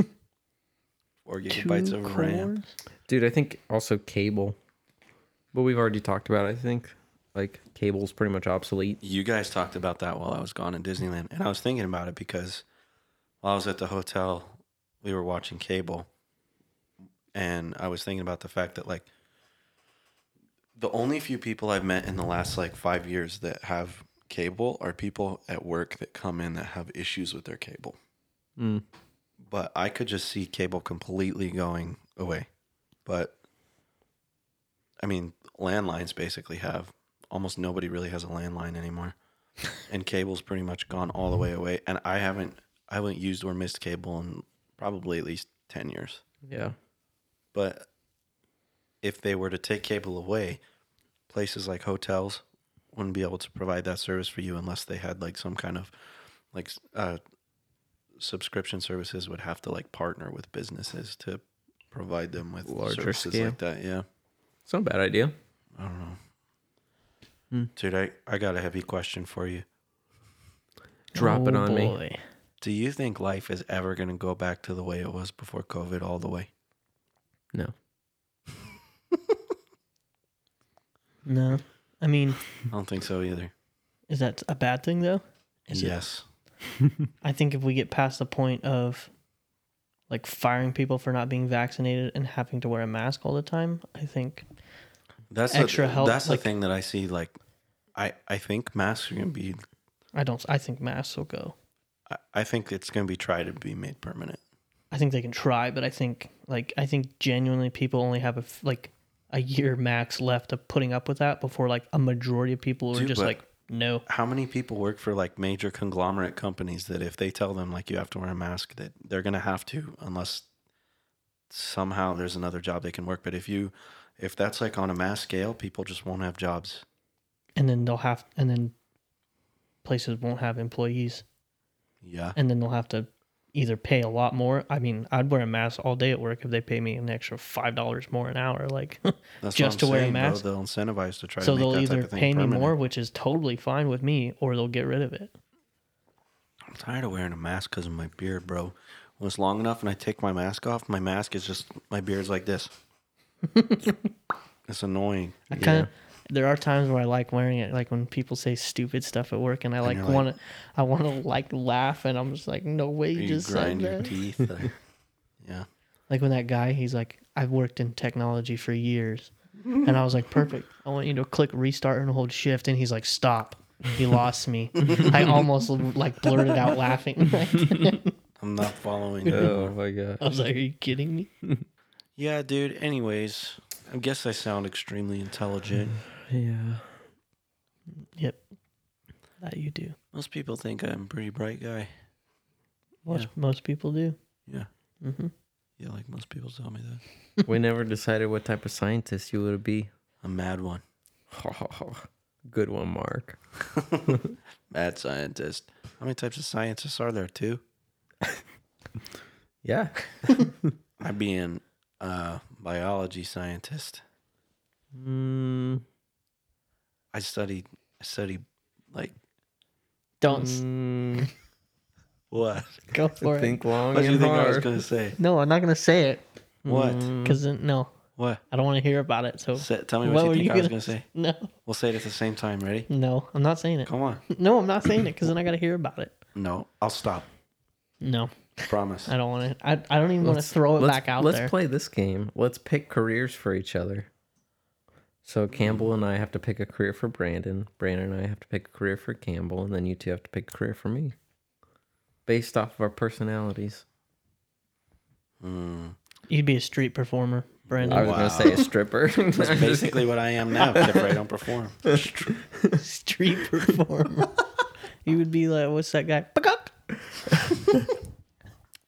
S2: gigabytes
S3: Two
S2: of RAM.
S3: cores?
S1: Dude, I think also cable. But we've already talked about, it, I think, like cable's pretty much obsolete.
S2: You guys talked about that while I was gone in Disneyland, and I was thinking about it because while I was at the hotel, we were watching cable, and I was thinking about the fact that like the only few people I've met in the last like five years that have cable are people at work that come in that have issues with their cable.
S1: Mm.
S2: But I could just see cable completely going away. But I mean, landlines basically have almost nobody really has a landline anymore, and cable's pretty much gone all the way away. And I haven't I haven't used or missed cable in probably at least ten years
S1: Yeah.
S2: but if they were to take cable away, places like hotels wouldn't be able to provide that service for you unless they had like some kind of like s- uh, subscription services would have to like partner with businesses to provide them with
S1: Larger
S2: services
S1: scale.
S2: like that. Yeah,
S1: It's not a bad idea. Hmm.
S2: dude, I, I got a heavy question for you.
S1: Drop it
S3: Oh,
S1: on me.
S3: boy.
S2: Do you think life is ever gonna go back to the way it was before COVID all the way?
S1: No.
S3: No, I mean,
S2: I don't think so either.
S3: is that a bad thing though? Is it-
S2: yes.
S3: I think if we get past the point of like firing people for not being vaccinated and having to wear a mask all the time, I think
S2: That's
S3: Extra
S2: the,
S3: help,
S2: That's
S3: like-
S2: the thing that I see. Like, I I think masks are gonna be
S3: I don't. I think masks will go.
S2: I- I think it's going to be tried to be made permanent.
S3: I think they can try, but I think like I think genuinely people only have a f- like a year max left of putting up with that before like a majority of people are
S2: Dude,
S3: just
S2: but-
S3: like no.
S2: How many people work for like major conglomerate companies that if they tell them like you have to wear a mask that they're going to have to unless somehow there's another job they can work but if you if that's like on a mass scale people just won't have jobs.
S3: and then they'll have and then places won't have employees
S2: Yeah.
S3: and then they'll have to either pay a lot more i mean i'd wear a mask all day at work if they pay me an extra five dollars more an hour like
S2: That's
S3: just to wear a
S2: though.
S3: mask?
S2: They'll incentivize to try to
S3: so
S2: make
S3: they'll
S2: that
S3: either
S2: type of thing
S3: pay me
S2: permanent.
S3: more which is totally fine with me or they'll get rid of it
S2: I'm tired of wearing a mask cuz of my beard, bro. When it's long enough and I take my mask off, my mask is just my beard's like this. it's annoying.
S3: i kind of there are times where i like wearing it like when people say stupid stuff at work and i like
S2: you're like-
S3: want to i want to like laugh and i'm just like no way you,
S2: You,
S3: just said
S2: grind your
S3: that
S2: teeth. or- yeah.
S3: Like when that guy, he's like, I've worked in technology for years. And I was like, perfect. I want you to click restart and hold shift. And he's like, stop. He lost me. I almost like blurted out laughing.
S2: I'm not following.
S1: Oh my god.
S3: I was like, are you kidding me?
S2: yeah, dude. Anyways, I guess I sound extremely intelligent.
S1: Yeah.
S3: Yep. That you do.
S2: Most people think I'm a pretty bright guy.
S3: Most,
S2: Yeah.
S3: most people do.
S2: Yeah.
S3: Mhm.
S2: Yeah, like most people tell me that.
S1: we never decided what type of scientist you would be.
S2: A mad one.
S1: Good one, Mark.
S2: Mad scientist. How many types of scientists are there, too?
S1: Yeah.
S2: I'd be an uh, biology scientist.
S1: Mm,
S2: I studied, I studied like
S3: Don't s-
S1: mm,
S2: what?
S3: go for it.
S1: think long
S2: What do you
S1: and
S2: think I was
S1: hard.
S2: gonna say?
S3: No, I'm not going to say it
S2: What?
S3: because no,
S2: What?
S3: I don't want to hear about it. So
S2: Say, tell me
S3: What
S2: what,
S3: were
S2: you
S3: you
S2: think I was gonna
S3: gonna-
S2: say.
S3: no,
S2: We'll say it at the same time. Ready?
S3: no, I'm not saying it.
S2: Come on.
S3: No, I'm not saying it because then I got to hear about it.
S2: No, I'll stop.
S3: No,
S2: Promise.
S3: I don't want to. I, I don't even want to throw it
S1: Let's-
S3: back out
S1: Let's
S3: there.
S1: play this game. Let's pick careers for each other. So Campbell and I have to pick a career for Brandon. Brandon and I have to pick a career for Campbell, and then you two have to pick a career for me, based off of our personalities.
S3: You'd be a street performer, Brandon.
S1: I was gonna say a stripper.
S2: That's basically what I am now, except for I don't perform.
S3: street performer. you would be like, what's that guy? Pickup.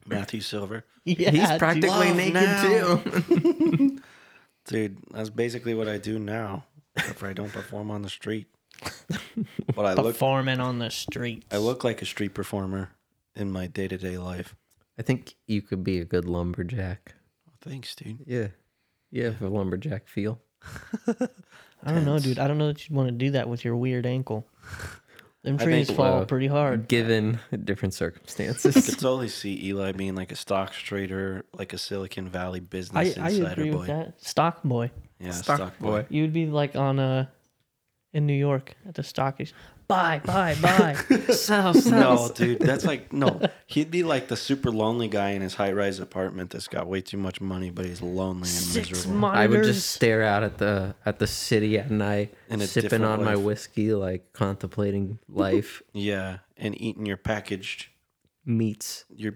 S2: Matthew Silver.
S3: Yeah,
S1: He's
S3: dude.
S1: practically
S2: Love
S1: naked
S2: now.
S1: too.
S2: Dude, that's basically what I do now, except for I don't perform on the street. But I look
S3: performing on the streets.
S2: I look like a street performer in my day to day life.
S1: I think you could be a good lumberjack.
S2: Thanks, dude.
S1: Yeah, yeah, have a lumberjack feel.
S3: I don't know, dude. I don't know that you'd want to do that with your weird ankle. Them
S2: I
S3: trees
S2: think- uh,
S3: fall
S1: Wow.
S3: pretty hard.
S1: Given different circumstances.
S2: Could totally see Eli being like a stock trader, like a Silicon Valley
S3: I,
S2: business
S3: I
S2: insider
S3: agree
S2: boy.
S3: with that. Stock boy.
S2: Yeah,
S1: Stock
S2: stock, boy.
S1: boy.
S3: You would be like on a in New York at the stock exchange. Buy, buy, buy. sell, sell.
S2: No, dude, that's like no. He'd be like the super lonely guy in his high rise apartment that's got way too much money, but he's lonely and
S3: Six
S2: miserable.
S3: monitors.
S1: I would just stare out at the at the city at night,
S2: In a
S1: sipping
S2: different
S1: on my
S2: life.
S1: whiskey, like contemplating life,
S2: yeah, and eating your packaged,
S1: meats.
S2: your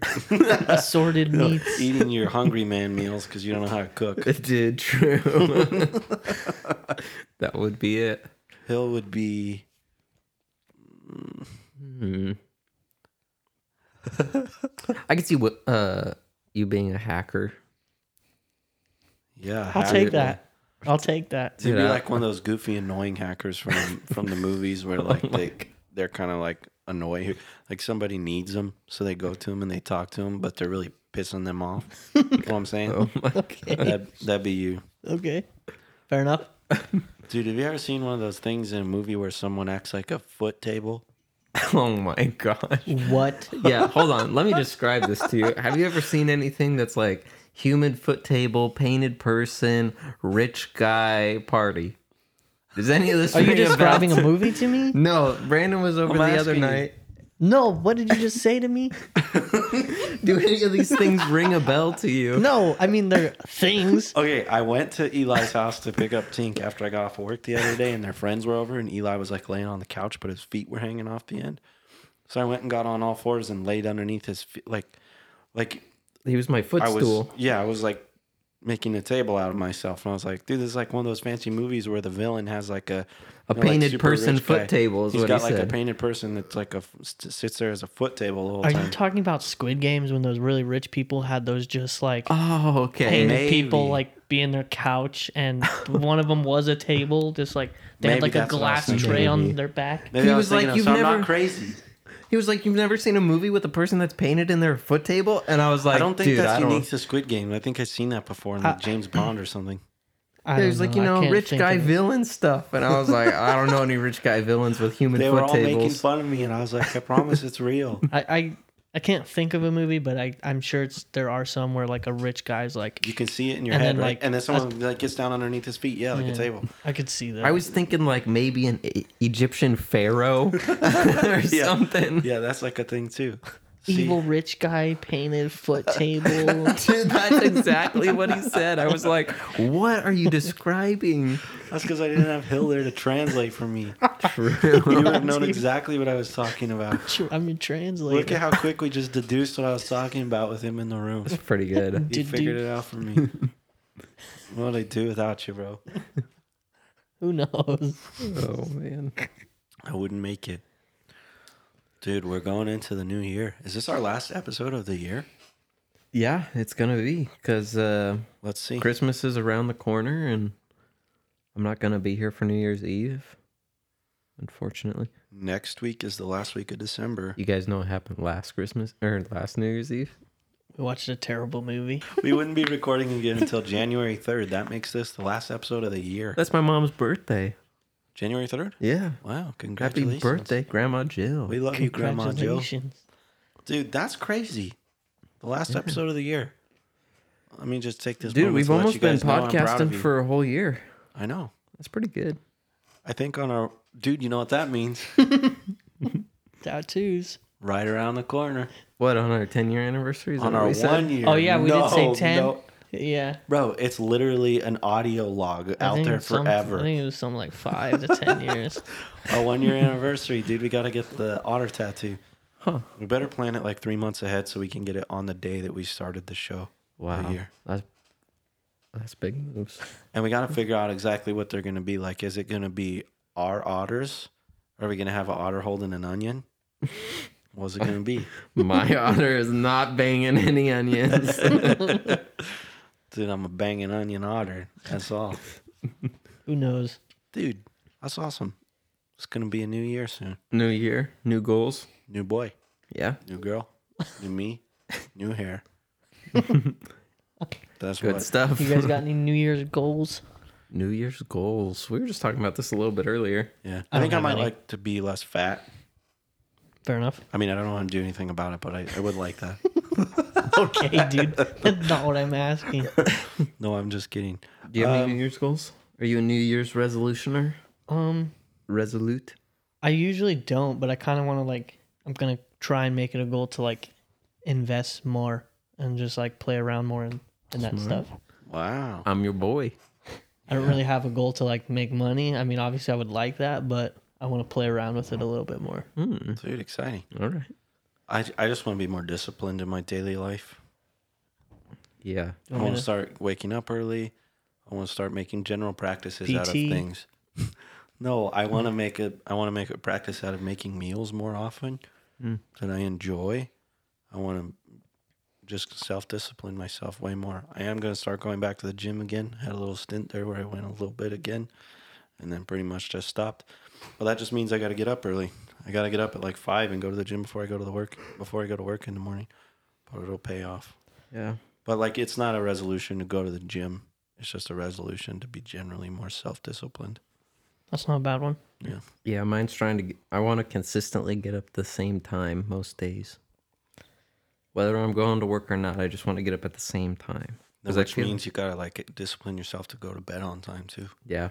S3: assorted meats.
S2: eating your hungry man meals because you don't know how to cook.
S1: Did true. that would be it.
S2: Hill would be
S1: I could see what uh you being a hacker.
S2: yeah.
S3: I'll take that. I'll take that.
S2: He'd be
S1: Yeah.
S2: like one of those goofy, annoying hackers from from the movies where like they they're kind of like annoying. Like somebody needs them, so they go to him and they talk to him, but they're really pissing them off. you know what I'm saying?
S3: Okay.
S2: That that'd be you.
S3: Okay. Fair enough.
S2: Dude, have you ever seen one of those things in a movie where someone acts like a foot table?
S1: Oh my gosh.
S3: What?
S1: Yeah, hold on. Let me describe this to you. Have you ever seen anything that's like human foot table, painted person, rich guy party? Does any of this
S3: Are you
S1: ring a bell
S3: describing a
S1: to-
S3: movie to me?
S1: No, Brandon was over
S2: I'm
S1: the other
S2: asking you.
S1: night.
S3: No, what did you just say to me?
S1: Do any of these things ring a bell to you?
S3: No, I mean they're things.
S2: Okay, I went to Eli's house to pick up Tink after I got off work the other day, and their friends were over, and Eli was like laying on the couch, but his feet were hanging off the end. So I went and got on all fours and laid underneath his feet, like, like
S1: He was my
S2: I was,
S1: footstool.
S2: yeah, I was like making a table out of myself, and I was like, dude, this is like one of those fancy movies where the villain has like a
S1: A
S2: you know, like,
S1: painted
S2: super
S1: person
S2: rich
S1: foot
S2: guy.
S1: table is
S2: He's
S1: what
S2: got
S1: he
S2: like a
S1: said.
S2: painted person that's like a f- st- sits there as a foot table the whole
S3: Are
S2: time.
S3: you talking about Squid Games when those really rich people had those just like
S1: Oh, okay.
S3: painted
S2: maybe.
S3: people like be in their couch and one of them was a table, just like they
S2: Maybe
S3: had like a
S2: that's what I was
S3: glass
S2: thinking.
S3: tray on their back.
S2: Maybe
S1: He
S2: I was,
S1: was like,
S2: thinking of-
S1: "You've
S2: so I'm
S1: never-
S2: not crazy.
S1: He was like, "You've never seen a movie with a person that's painted in their foot table," and I was like,
S2: I don't think
S1: "Dude,
S2: that's
S1: I don't." Ah.
S2: unique to Squid Game. I think I've seen that before in like James Bond or something.
S3: I
S1: It
S3: don't
S1: was like
S3: I
S1: you know,
S3: can't
S1: rich
S3: think
S1: guy
S3: of it.
S1: villain stuff, and I was like, "I don't know any rich guy villains with human
S2: They were
S1: foot
S2: all making
S1: tables."
S2: fun of me, and I was like, I promise it's real.
S3: I, I I can't think of a movie, but I I'm sure it's there are some where like a rich guy's like
S2: You can see it in your
S3: And
S2: head,
S3: then,
S2: right?
S3: like,
S2: and then someone like gets down underneath his feet, yeah, like a table.
S3: I could see that.
S1: I was thinking like maybe an E- Egyptian pharaoh or something.
S2: Yeah, that's like a thing too. See,
S3: evil rich guy painted foot table.
S1: Dude, that's exactly what he said. I was like, "What are you describing?"
S2: that's because I didn't have Hill there to translate for me.
S1: True.
S2: You would have known exactly what I was talking about.
S3: I'm your
S2: Look
S3: translator.
S2: at how quick we just deduced what I was talking about with him in the room.
S1: Pretty good.
S2: He
S3: Deduced.
S2: figured it out for me. What'd I do without you, bro?
S3: Who knows?
S1: Oh man.
S2: I wouldn't make it. Dude, we're going into the new year. Is this our last episode of the year?
S1: Yeah, it's gonna be because uh,
S2: Let's see.
S1: Christmas is around the corner, and I'm not gonna be here for New Year's Eve, unfortunately.
S2: Next week is the last week of December.
S1: You guys know what happened last Christmas or last New Year's Eve?
S3: We watched a terrible movie.
S2: We wouldn't be recording again until January 3rd. That makes this the last episode of the year.
S1: That's my mom's birthday.
S2: January 3rd?
S1: Yeah.
S2: Wow, congratulations.
S1: Happy birthday, Grandma Jill.
S2: We love you, Grandma Jill.
S3: Congratulations.
S2: Dude, that's crazy. The last episode of the year. Let me just take this
S1: Dude,
S2: moment
S1: we've
S2: to let
S1: almost
S2: you
S1: been
S2: guys know I'm proud of
S1: podcasting
S2: you.
S1: for a whole year.
S2: I know.
S1: That's pretty good.
S2: I think on our... Dude, you know what that means.
S3: Tattoos.
S2: right around the corner.
S1: What on our 10 year anniversary? Is that
S2: on
S1: what
S2: our
S1: we said?
S2: one year.
S3: Oh, yeah, we did say
S2: No,
S3: 10.
S2: no.
S3: Yeah.
S2: Bro, it's literally an audio log
S3: I
S2: out
S3: think
S2: there
S3: it's some- I
S2: forever.
S3: think it was some like five to ten years.
S2: A one year anniversary, dude. We got to get the otter tattoo. We better plan it like three months ahead so we can get it on the day that we started the show.
S1: Wow.
S2: year.
S1: That's that's big moves.
S2: And we got to figure out exactly what they're going to be like. Is it going to be our otters? Are we going to have an otter holding an onion? What's it going to be?
S1: My otter is not banging any onions.
S2: Dude, I'm a banging onion otter. That's all.
S3: Who knows?
S2: Dude, that's awesome. It's going to be a new year soon.
S1: new year, new goals.
S2: New boy,
S1: Yeah.
S2: new girl, new me, new hair. that's
S1: Good
S2: what.
S1: stuff.
S3: You guys got any New Year's goals?
S1: New Year's goals. We were just talking about this a little bit earlier.
S2: Yeah. I,
S3: don't
S2: think I
S3: have
S2: might
S3: any.
S2: like to be less fat.
S3: Fair enough.
S2: I mean, I don't want to do anything about it, but I, I would like that.
S3: Okay, dude. That's not what I'm asking.
S2: no, I'm just kidding.
S1: Do you have any New Year's goals? Um, Are you a New Year's resolutioner?
S3: Um,
S1: Resolute?
S3: I usually don't, but I kind of want to like. I'm gonna try and make it a goal to like invest more and just like play around more and, and that stuff.
S2: Wow.
S1: I'm your boy.
S3: I don't really have a goal to like make money. I mean, obviously, I would like that, but I want to play around with it a little bit more. Hmm,
S2: Dude, exciting.
S1: All right.
S2: I, I just want to be more disciplined in my daily life.
S1: Yeah.
S2: I want to start waking up early. I want to start making general practices out of
S3: PT.
S2: things. no, I want to make a I want to make a practice out of making meals more often that I enjoy. I want to just self-discipline myself way more. I am going to start going back to the gym again. had a little stint there where I went a little bit again and then pretty much just stopped. Well, that just means I got to get up early. I got to get up at like 5 and go to the gym before I go to the work before I go to work in the morning. But it'll pay off.
S1: Yeah.
S2: But like, it's not a resolution to go to the gym. It's just a resolution to be generally more self-disciplined.
S3: That's not a bad one.
S1: Yeah, mine's trying to. Get, I want to consistently get up the same time most days, whether I'm going to work or not. I just want to get up at the same time.
S2: Which
S1: I feel-
S2: means you gotta like discipline yourself to go to bed on time too.
S1: Yeah,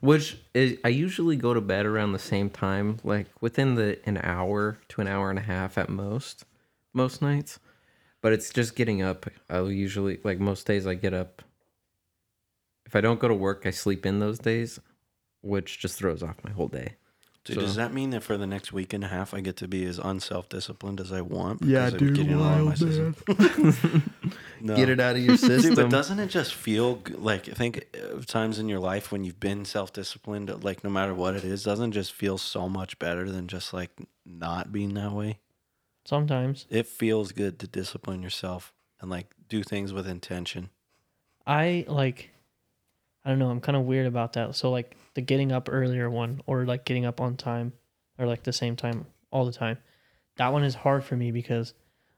S1: which is, I usually go to bed around the same time, like within the an hour to an hour and a half at most, most nights. But it's just getting up. I'll usually like most days I get up. If I don't go to work, I sleep in those days, which just throws off my whole day.
S2: Dude,
S1: So-
S2: does that mean that for the next week and a half, I get to be as unself-disciplined as I want? Yeah, dude. Getting it all out of my system? no.
S1: Get it out of your
S2: Dude,
S1: system.
S2: but doesn't it just feel g- like I think of times in your life when you've been self-disciplined, like no matter what it is, doesn't it just feel so much better than just like not being that way?
S3: Sometimes
S2: it feels good to discipline yourself and like do things with intention.
S3: I like. I don't know. I'm kind of weird about that. So like the getting up earlier one, or like getting up on time, or like the same time all the time. That one is hard for me because,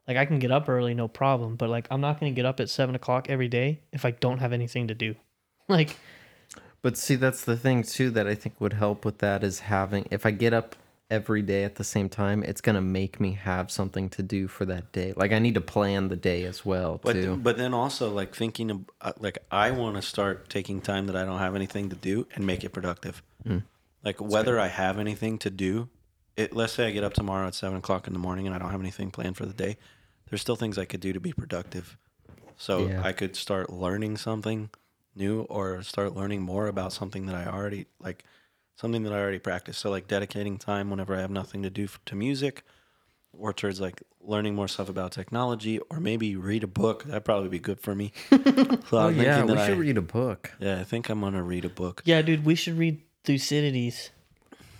S3: like, I can get up early, no problem. But like, I'm not gonna get up at seven o'clock every day if I don't have anything to do. Like,
S1: But see, that's the thing too that I think would help with that is having. If I get up every day at the same time, it's gonna make me have something to do for that day. Like I need to plan the day as well
S2: But
S1: too.
S2: but then also like thinking of, uh, like I want to start taking time that I don't have anything to do and make it productive.
S1: Mm.
S2: Like whether I have anything to do, it, let's say I get up tomorrow at seven o'clock in the morning and I don't have anything planned for the day. There's still things I could do to be productive. So
S1: Yeah.
S2: I could start learning something new or start learning more about something that I already like something that I already practice. So like dedicating time whenever I have nothing to do f- to music or towards like learning more stuff about technology or maybe read a book. That'd probably be good for me. so
S1: oh
S2: I'm
S1: yeah,
S2: thinking
S1: we
S2: that
S1: should
S2: I-
S1: read a book.
S2: yeah, I think I'm gonna read a book.
S3: yeah, dude, we should read Thucydides.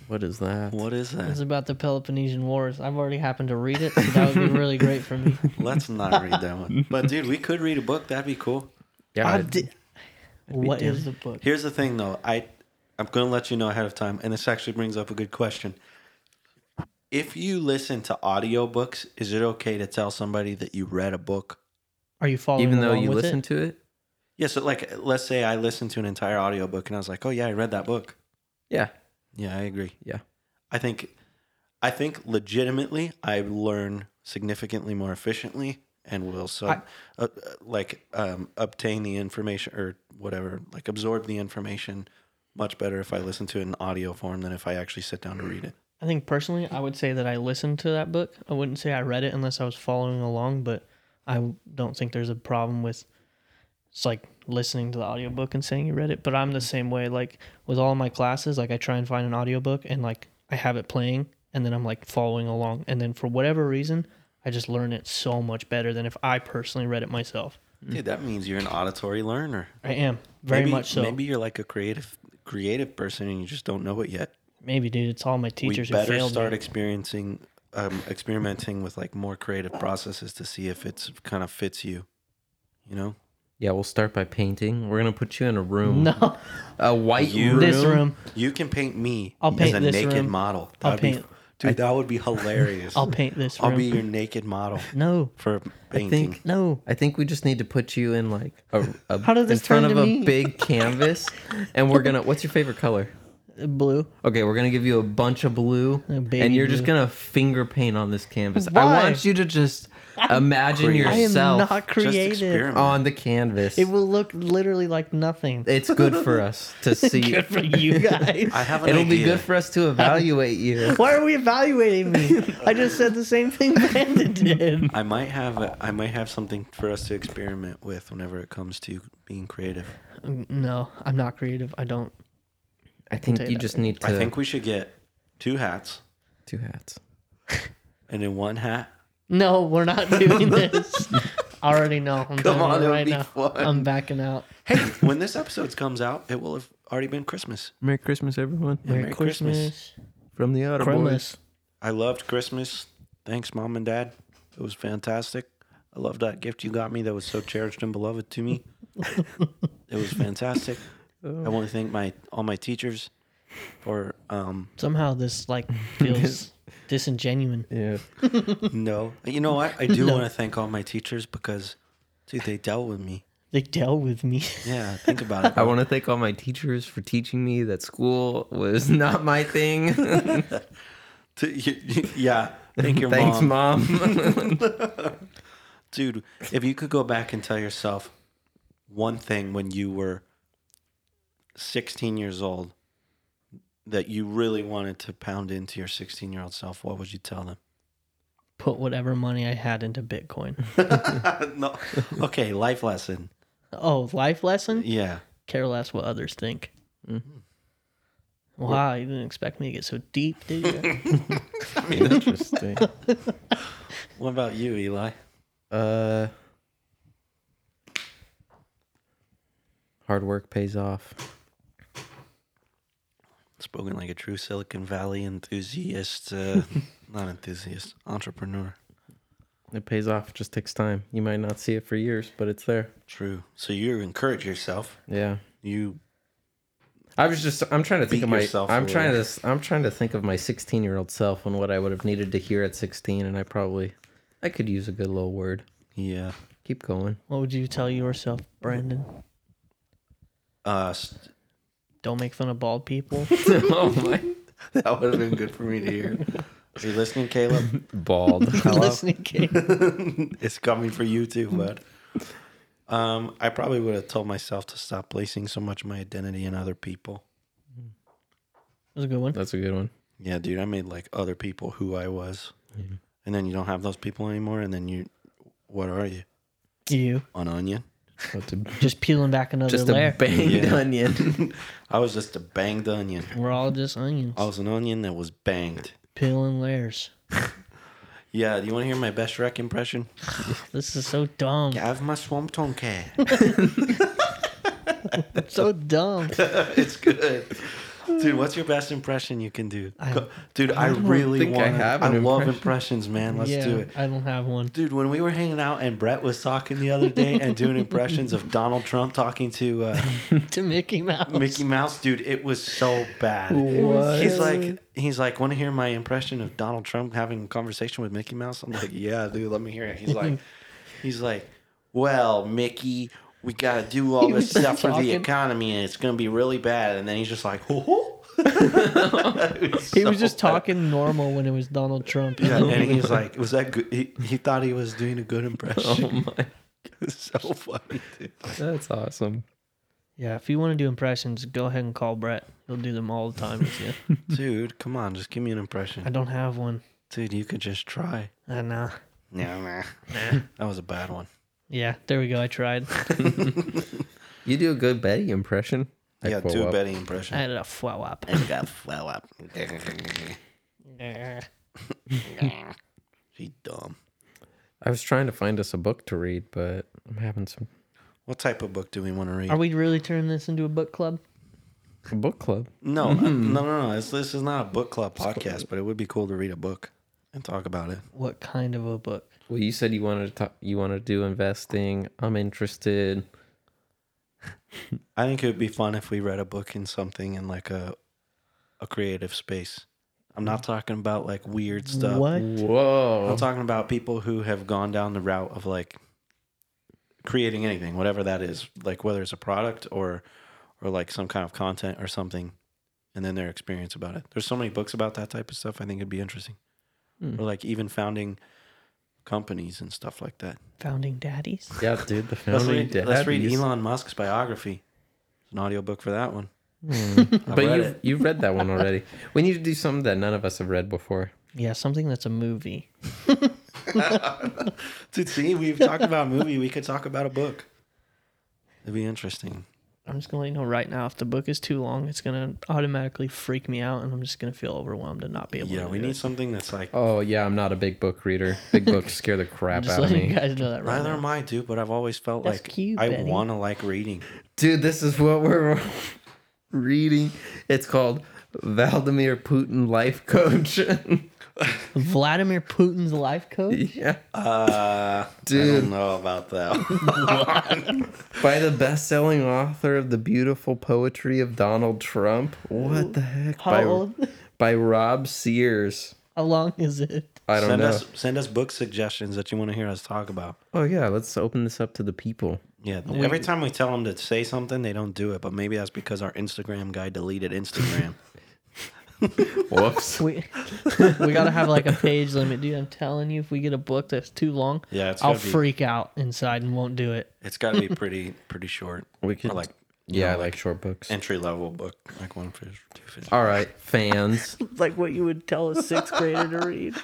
S1: What is that?
S2: What is
S3: It's
S2: that?
S3: about the Peloponnesian Wars. I've already happened to read it, so that would be really great for me.
S2: Let's not read that one. But dude, we could read a book. That'd be cool.
S1: Yeah,
S3: I
S1: I-
S3: di- What is the book?
S2: Here's the thing though. I I'm gonna let you know ahead of time, and this actually brings up a good question. If you listen to audiobooks, is it okay to tell somebody that you read a book?
S3: Are you following
S1: even though
S3: along
S1: you
S3: with
S1: listen
S3: it?
S1: to it.
S2: Yeah, so like let's say I listened to an entire audiobook and I was like, Oh yeah, I read that book.
S1: Yeah,
S2: Yeah, I agree.
S1: yeah.
S2: I think I think legitimately I learn significantly more efficiently and will so uh, uh, like um, obtain the information or whatever like absorb the information much better if I listen to it in audio form than if I actually sit down to read it.
S3: I think personally, I would say that I listened to that book. I wouldn't say I read it unless I was following along, but I don't think there's a problem with It's like listening to the audiobook and saying you read it. But I'm the same way. Like with all my classes, like I try and find an audiobook and like I have it playing and then I'm like following along. And then for whatever reason, I just learn it so much better than if I personally read it myself.
S2: Dude, that means you're an auditory learner.
S3: I am Mm. very
S2: Maybe-
S3: much so.
S2: Maybe you're like a creative creative person and you just don't know it yet.
S3: Maybe, dude. It's all my teachers
S2: we
S3: who
S2: better
S3: failed.
S2: start
S3: me.
S2: experiencing um, experimenting with like more creative processes to see if it's kind of fits you. You know?
S1: Yeah, we'll start by painting. We're gonna put you in a room.
S3: No,
S1: A white
S2: You-
S1: room.
S3: this room.
S2: You can paint me
S3: I'll
S2: as
S3: paint
S2: a
S3: this
S2: naked
S3: room.
S2: model.
S3: I'll
S2: That'd be-
S3: paint-
S2: Dude, that would be hilarious.
S3: I'll paint this room.
S2: I'll be your naked model
S3: no,
S2: for
S1: I
S2: painting.
S1: think
S3: no.
S1: I think we just need to put you in like a, a
S3: How did this
S1: in front
S3: turn
S1: of
S3: to
S1: a
S3: me?
S1: big canvas and we're gonna what's your favorite color?
S3: Blue.
S1: Okay, we're gonna give you a bunch of blue,
S3: baby
S1: and you're just
S3: blue.
S1: gonna finger paint on this canvas.
S3: Why?
S1: I want you to just imagine
S2: creative.
S3: I am
S1: yourself
S2: Just
S3: not creative.
S2: experiment.
S1: on the canvas.
S3: It will look literally like nothing.
S1: it's good for us to see.
S3: Good for you guys.
S2: I have an
S1: It'll
S2: idea.
S1: be good for us to evaluate you.
S3: Why are we evaluating me? I just said the same thing Brandon did.
S2: I might have a, I might have something for us to experiment with whenever it comes to being creative.
S3: No, I'm not creative. I don't.
S1: I think
S3: tell you
S1: you
S3: that
S1: just need to
S2: I think we should get two hats,
S1: two hats.
S2: and in one hat,
S3: No, we're not doing this. I already know. I'm
S2: Come
S3: doing
S2: on,
S3: it
S2: it'll
S3: right
S2: be
S3: now.
S2: fun.
S3: I'm backing out.
S2: hey, when this episode comes out, it will have already been Christmas.
S1: Merry Christmas, everyone!
S2: Merry Christmas.
S1: From the Otter
S3: Christmas.
S2: I loved Christmas. Thanks, mom and dad. It was fantastic. I love that gift you got me that was so cherished and beloved to me. it was fantastic. I want to thank my all my teachers for um
S3: Somehow this like feels disingenuous.
S1: Yeah,
S2: no. You know what? I do want to thank all my teachers because dude, they dealt with me.
S3: They dealt with me.
S2: Yeah, think about it.
S1: I want to thank all my teachers for teaching me that school was not my thing.
S2: yeah. Thank your
S1: Thanks,
S2: mom.
S1: mom.
S2: Dude, if you could go back and tell yourself one thing when you were 16 years old that you really wanted to pound into your 16 year old self, what would you tell them?
S3: Put whatever money I had into Bitcoin.
S2: no. Okay, life lesson.
S3: Oh, life lesson?
S2: Yeah.
S3: Care less what others think. Wow, you didn't expect me to get so deep, did you?
S1: Interesting.
S2: What about you, Eli?
S1: Uh, hard work pays off.
S2: Spoken like a true Silicon Valley enthusiast, uh, not enthusiast, entrepreneur.
S1: It pays off. It just takes time. You might not see it for years, but it's there.
S2: True. So you encourage yourself.
S1: Yeah.
S2: You
S1: I was just. I'm trying to think
S2: Beat
S1: of my.
S2: yourself a
S1: I'm trying to.
S2: little.
S1: s- I'm trying to think of my 16 year old self and what I would have needed to hear at 16, and I probably, I could use a good little word.
S2: yeah.
S1: Keep going.
S3: what would you tell yourself, Brandon?
S2: Uh, st-
S3: Don't make fun of bald people.
S1: oh my.
S2: that would have been good for me to hear. Are you listening, Caleb?
S1: Bald.
S3: Listening game.
S2: it's coming for you too, bud. Um, I probably would have told myself to stop placing so much of my identity in other people.
S3: That's a good one.
S1: That's a good one.
S2: Yeah, dude, I made like other people who I was,
S1: Mm-hmm.
S2: and then you don't have those people anymore, and then you, what are you?
S3: You
S2: An onion?
S1: That's a-
S3: just peeling back another
S1: just a
S3: layer.
S1: banged
S2: Yeah.
S1: onion.
S2: I was just a banged onion.
S3: We're all just onions,
S2: I was an onion that was banged.
S3: peeling layers.
S2: Yeah, do you want to hear my best wreck impression?
S3: This is so dumb.
S2: Have my swamp donkey.
S3: So dumb.
S2: it's good. Dude, what's your best impression you can do?
S3: I-
S2: Go- Dude, I, really
S1: think I
S2: want. I,
S1: have an
S2: love
S1: impression.
S2: impressions, man. Let's
S3: yeah,
S2: do it.
S3: I don't have one.
S2: Dude, when we were hanging out and Brett was talking the other day and doing impressions of Donald Trump talking to uh,
S3: to Mickey Mouse.
S2: Mickey Mouse, dude, it was so bad. He's like, he's like, want to hear my impression of Donald Trump having a conversation with Mickey Mouse? I'm like, yeah, dude, let me hear it. He's like, he's like, well, Mickey, we got to do all
S3: He
S2: this
S3: was
S2: stuff for the
S3: talking.
S2: economy, and it's gonna be really bad. And then he's just like, oh.
S3: He was just talking normal when it was Donald Trump.
S2: Yeah, and he's like, was that good? He, he thought he was doing a good impression.
S1: Oh my.
S2: It was so funny, dude.
S1: That's awesome.
S3: Yeah, if you want to do impressions, go ahead and call Brett. He'll do them all the time with you.
S2: Dude, come on, just give me an
S3: I
S2: impression.
S3: don't have one.
S2: Dude, you could just try.
S3: Uh, nah.
S2: No, nah. That was a bad one.
S3: Yeah, there we go. I tried.
S1: You do a good Betty impression. I
S2: yeah,
S1: pull
S2: do a
S1: up.
S2: Betty
S3: I
S2: impression.
S3: had a flow up.
S2: got flow up.
S3: Eh.
S2: She dumb.
S1: I was trying to find us a book to read, but I'm having some
S2: What type of book do we want to read?
S3: Are we really turning this into a book club?
S1: a book club.
S2: No, uh, no, no, no. This, this is not a book club podcast, but it would be cool to read a book and talk about it.
S3: What kind of a book?
S1: Well, you said you wanted to talk, you want to do investing. I'm interested.
S2: I think it would be fun if we read a book in something in like a a creative space. I'm not talking about like weird stuff.
S3: What?
S1: Whoa.
S2: I'm talking about people who have gone down the route of like creating anything, whatever that is, like whether it's a product or or like some kind of content or something, and then their experience about it. There's so many books about that type of stuff. I think it'd be interesting, or like even founding companies and stuff like that.
S3: Founding Daddies?
S1: Yeah, dude, the
S2: Let's
S1: founding
S2: read, let's read
S1: daddies.
S2: Elon Musk's biography. It's an audiobook for that one. I've
S1: But
S2: read
S1: you've,
S2: it.
S1: you've read that one already. We need to do something that none of us have read before.
S3: Yeah, something that's a movie.
S2: Dude, see, we've talked about a movie. We could talk about a book. It'd be interesting.
S3: I'm just gonna let you know right now if the book is too long, it's gonna automatically freak me out, and I'm just gonna feel overwhelmed and not be able.
S2: Yeah,
S3: to
S2: we
S3: do
S2: need
S3: It.
S2: something that's like
S1: Oh yeah, I'm not a big book reader. Big books scare the crap
S3: Just
S1: out of
S3: letting you
S1: me.
S3: guys know that right
S2: Neither
S3: now.
S2: am I, dude. But I've always felt
S3: That's
S2: like
S3: cute,
S2: I
S3: Benny.
S2: want to like reading.
S1: Dude, this is what we're reading. It's called Vladimir Putin Life Coach.
S3: Vladimir Putin's life coach.
S1: yeah.
S2: Uh, I
S1: Dude.
S2: don't know about that.
S1: By the best selling author of The Beautiful Poetry of Donald Trump. What the heck?
S3: How
S1: by,
S3: old?
S1: by Rob Sears.
S3: How long is it?
S1: I don't
S2: send
S1: know.
S2: us send us book suggestions that you want to hear us talk about.
S1: oh yeah, let's open this up to the people.
S2: Yeah, every time we tell them to say something, they don't do it. But maybe that's because our Instagram guy deleted Instagram.
S1: Whoops.
S3: We we gotta have like a page limit, dude. I'm telling you, if we get a book that's too long,
S2: Yeah, it's
S3: I'll
S2: gotta be-
S3: freak out inside and won't do it.
S2: it's got to be pretty pretty short.
S1: We could-
S2: or like
S1: yeah, I like short books.
S2: entry level book, like one for two fish.
S1: All right, fans.
S3: Like what you would tell a sixth grader to read.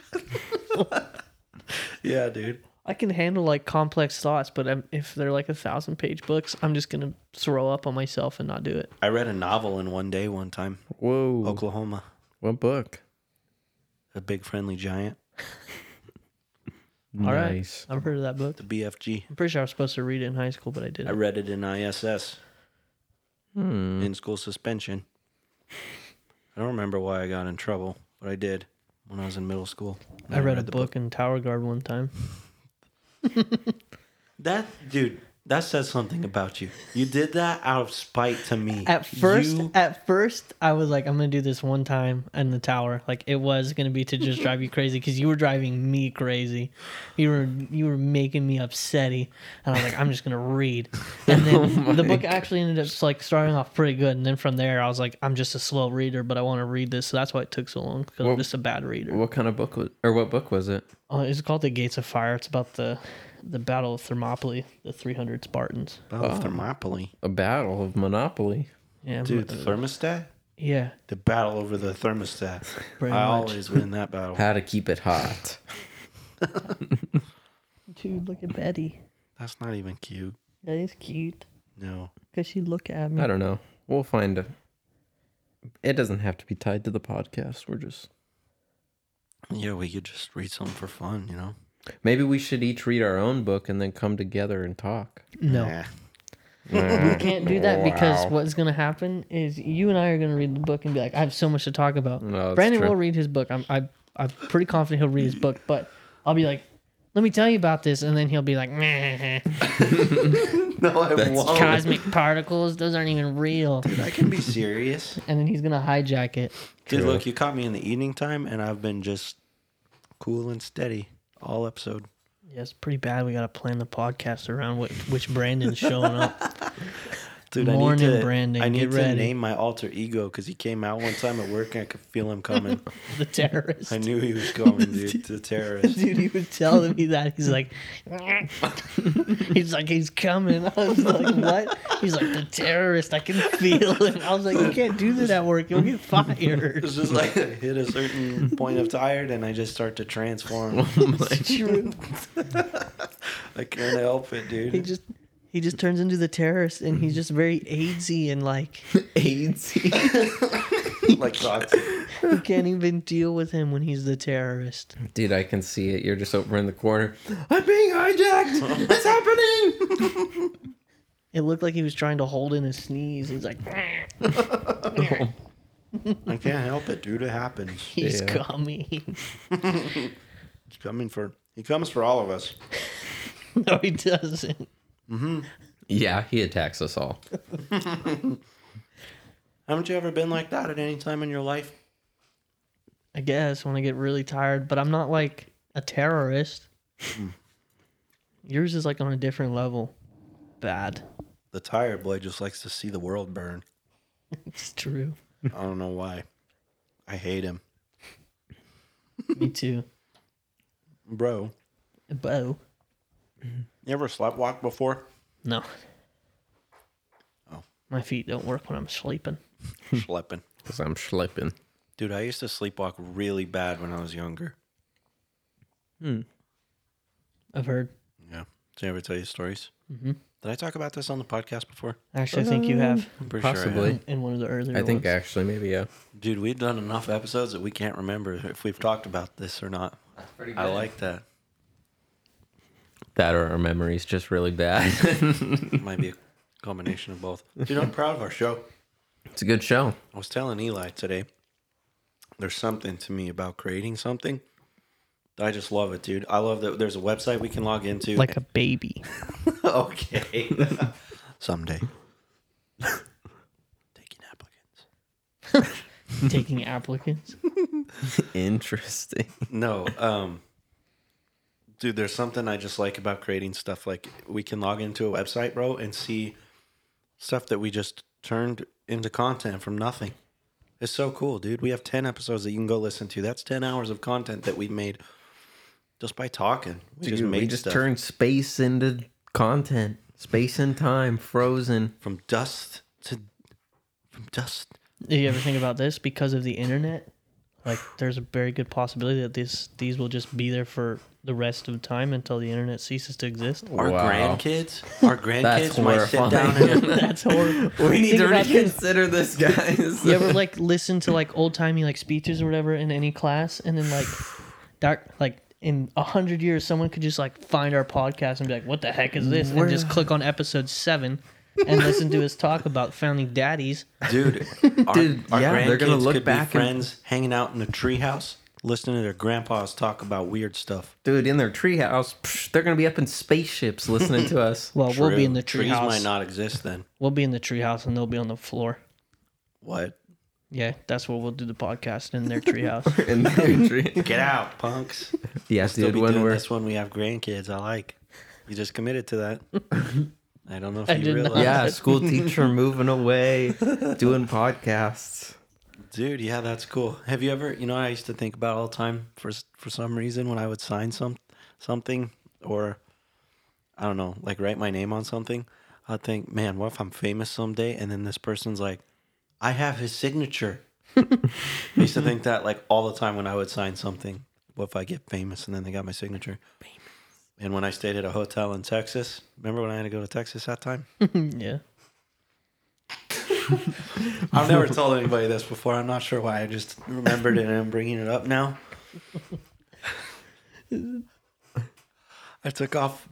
S2: Yeah, dude.
S3: I can handle like complex thoughts, but i if they're like a thousand page books, I'm just gonna throw up on myself and not do it.
S2: I read a novel in one day one time.
S1: Whoa.
S2: Oh, Oklahoma,
S1: What book?
S2: a big friendly giant,
S3: All right.
S1: nice.
S3: I've heard of that book.
S2: the BFG.
S3: I'm pretty sure I was supposed to read it in high school, but I didn't.
S2: I read it in ISS.
S3: Hmm.
S2: In school suspension. I don't remember why I got in trouble, but I did when I was in middle school.
S3: I, read, a book in Tower Guard one time.
S2: That dude, that says something about you. You did that out of spite to me.
S3: At first, uh,
S2: You-
S3: at first, I was like, I'm gonna do this one time in the tower. Like it was gonna be to just drive you crazy because you were driving me crazy. You were you were making me upsetty, and I was like, I'm just gonna read. And then the book actually ended up like starting off pretty good, and then from there, I was like, I'm just a slow reader, but I want to read this, so that's why it took so long because
S1: Well-
S3: I'm just a bad reader.
S1: What kind of book was or what book was it?
S3: Uh, it's called The Gates of Fire. It's about the the Battle of Thermopylae, the 300 Spartans.
S2: Battle of Thermopylae.
S1: A Battle of Monopoly.
S3: Yeah, uh,
S2: Dude, the thermostat?
S3: Yeah,
S2: The battle over the thermostat.
S3: Pretty
S2: I
S3: much.
S2: always win that battle.
S1: How to keep it hot.
S3: dude, look at Betty.
S2: That's not even cute.
S3: That is cute.
S2: No.
S3: Cause she look at me.
S1: I don't know. We'll find a. It doesn't have to be tied to the podcast. We're just
S2: Yeah, we could just read something for fun, you know?
S1: maybe we should each read our own book and then come together and talk.
S3: No,
S2: Nah.
S3: we can't do
S1: Oh,
S3: that because what's gonna happen is you and I are gonna read the book and be like, I have so much to talk about.
S1: No, that's
S3: Brandon
S1: true.
S3: will read his book. I'm I, I'm pretty confident he'll read his book, but I'll be like, let me tell you about this, and then he'll be like, "Meh,
S2: No, I won't.
S3: cosmic particles, those aren't even real,
S2: I can be serious.
S3: and then he's gonna hijack it.
S2: Dude, look, you caught me in the evening time, and I've been just cool and steady all episode.
S3: Yeah, it's pretty bad. We gotta plan the podcast around which, which Brandon's showing up.
S2: Dude,
S3: Morning,
S2: I need to,
S3: Brandon.
S2: I need
S3: Get
S2: to
S3: ready.
S2: name my alter ego because he came out one time at work and I could feel him coming.
S3: the terrorist.
S2: I knew he was coming, dude. The terrorist.
S3: Dude, he would tell me that. He's like, he's like, he's coming. I was like, what? He's like, the terrorist. I can feel him. I was like, you can't do that at work. You'll get fired.
S2: It's just like I hit a certain point of tired and I just start to transform.
S3: True.
S2: I can't help it, dude.
S3: He just he just turns into the terrorist, and he's just very AIDSy and like
S1: AIDS.
S2: like toxic.
S3: you can't even deal with him when he's the terrorist.
S1: Dude, I can see it. You're just over in the corner. I'm being hijacked. What's happening?
S3: It looked like he was trying to hold in a sneeze. He's like,
S2: I can't help it, dude. It happens.
S3: he's
S1: Yeah.
S3: coming.
S2: He's coming for. He comes for all of us.
S3: no, he doesn't.
S1: Yeah, he attacks us all.
S2: Haven't you ever been like that at any time in your life?
S3: I guess when I get really tired, but I'm not like a terrorist.
S1: Mm-hmm.
S3: Yours is like on a different level. Bad.
S2: The tired boy just likes to see the world burn.
S3: It's true.
S2: I don't know why. I hate him,
S3: Me too.
S2: bro.
S3: Bo.
S2: You ever sleptwalk before?
S3: No.
S2: Oh.
S3: My feet don't work when I'm sleeping.
S2: Schlepping.
S1: Because I'm schlepping.
S2: Dude, I used to sleepwalk really bad when I was younger.
S3: I've heard.
S2: Yeah. Did I ever tell you stories? Mm-hmm. Did I talk about this on the podcast before?
S3: Actually, I think you have
S2: I'm pretty sure. I
S1: Possibly.
S2: have.
S3: in one of the earlier.
S1: Uh. I think
S3: ones.
S1: actually maybe yeah.
S2: Dude, we've done enough episodes that we can't remember if we've talked about this or not. I like that.
S1: That or our memory's just really bad.
S2: It might be a combination of both. Dude, I'm proud of our show.
S1: it's a good show.
S2: I was telling Eli today, there's something to me about creating something. I just love it, dude. I love that there's a website we can log into.
S3: like a baby.
S2: okay. Someday. Taking applicants.
S3: taking applicants.
S1: Interesting.
S2: No, um dude, there's something I just like about creating stuff like we can log into a website, bro, and see stuff that we just turned into content from nothing. It's so cool, dude. We have 10 episodes that you can go listen to. That's 10 hours of content that we've made just by talking. We just
S1: Dude,
S2: made
S1: we just
S2: stuff
S1: turned space into content. Space and time frozen.
S2: from dust to from dust.
S3: Did you ever think about this because of the internet? Like, there's a very good possibility that these these will just be there for the rest of time until the internet ceases to exist.
S2: Our
S1: Wow.
S2: grandkids, our
S1: That's
S2: grandkids might sit down
S1: horrifying.
S2: and
S3: That's horrible.
S1: We need
S3: Think
S1: to
S3: about this.
S1: reconsider this, guys.
S3: You ever like listen to like old timey like speeches or whatever in any class, and then like dark like in a hundred years, someone could just like find our podcast and be like, "What the heck is this?" and just click on episode seven and listen to us talk about founding daddies.
S2: Dude, our,
S1: Dude,
S2: our
S1: yeah,
S2: grandkids
S1: they're gonna look
S2: could
S1: back
S2: be
S1: and-
S2: friends hanging out in the treehouse, listening to their grandpas talk about weird stuff.
S1: Dude, in their treehouse, psh, they're gonna be up in spaceships listening to us.
S3: Well, we'll be in the
S2: Trees might
S3: treehouse.
S2: not exist then.
S3: We'll be in the treehouse, and they'll be on the floor.
S2: What?
S3: Yeah, that's where we'll do the podcast in their treehouse.
S1: in their tree.
S2: Get out, punks!
S1: Yeah,
S2: Still
S1: dude.
S2: be
S1: When
S2: doing
S1: we're
S2: this when we have grandkids, I like. You just committed to that. I don't know if
S3: I
S2: you
S3: did not.
S2: realize.
S1: yeah, school teacher moving away, doing podcasts.
S2: Dude, yeah, that's cool. Have you ever, you know, what I used to think about all the time for for some reason when I would sign some something or I don't know, like write my name on something, I'd think, man, what if I'm famous someday? And then this person's like, I have his signature. I used to think that like all the time when I would sign something. What if I get famous and then they got my signature? And when I stayed at a hotel in Texas, remember when I had to go to Texas that time?
S3: yeah.
S2: I've never told anybody this before. I'm not sure why. I just remembered it and I'm bringing it up now. I took off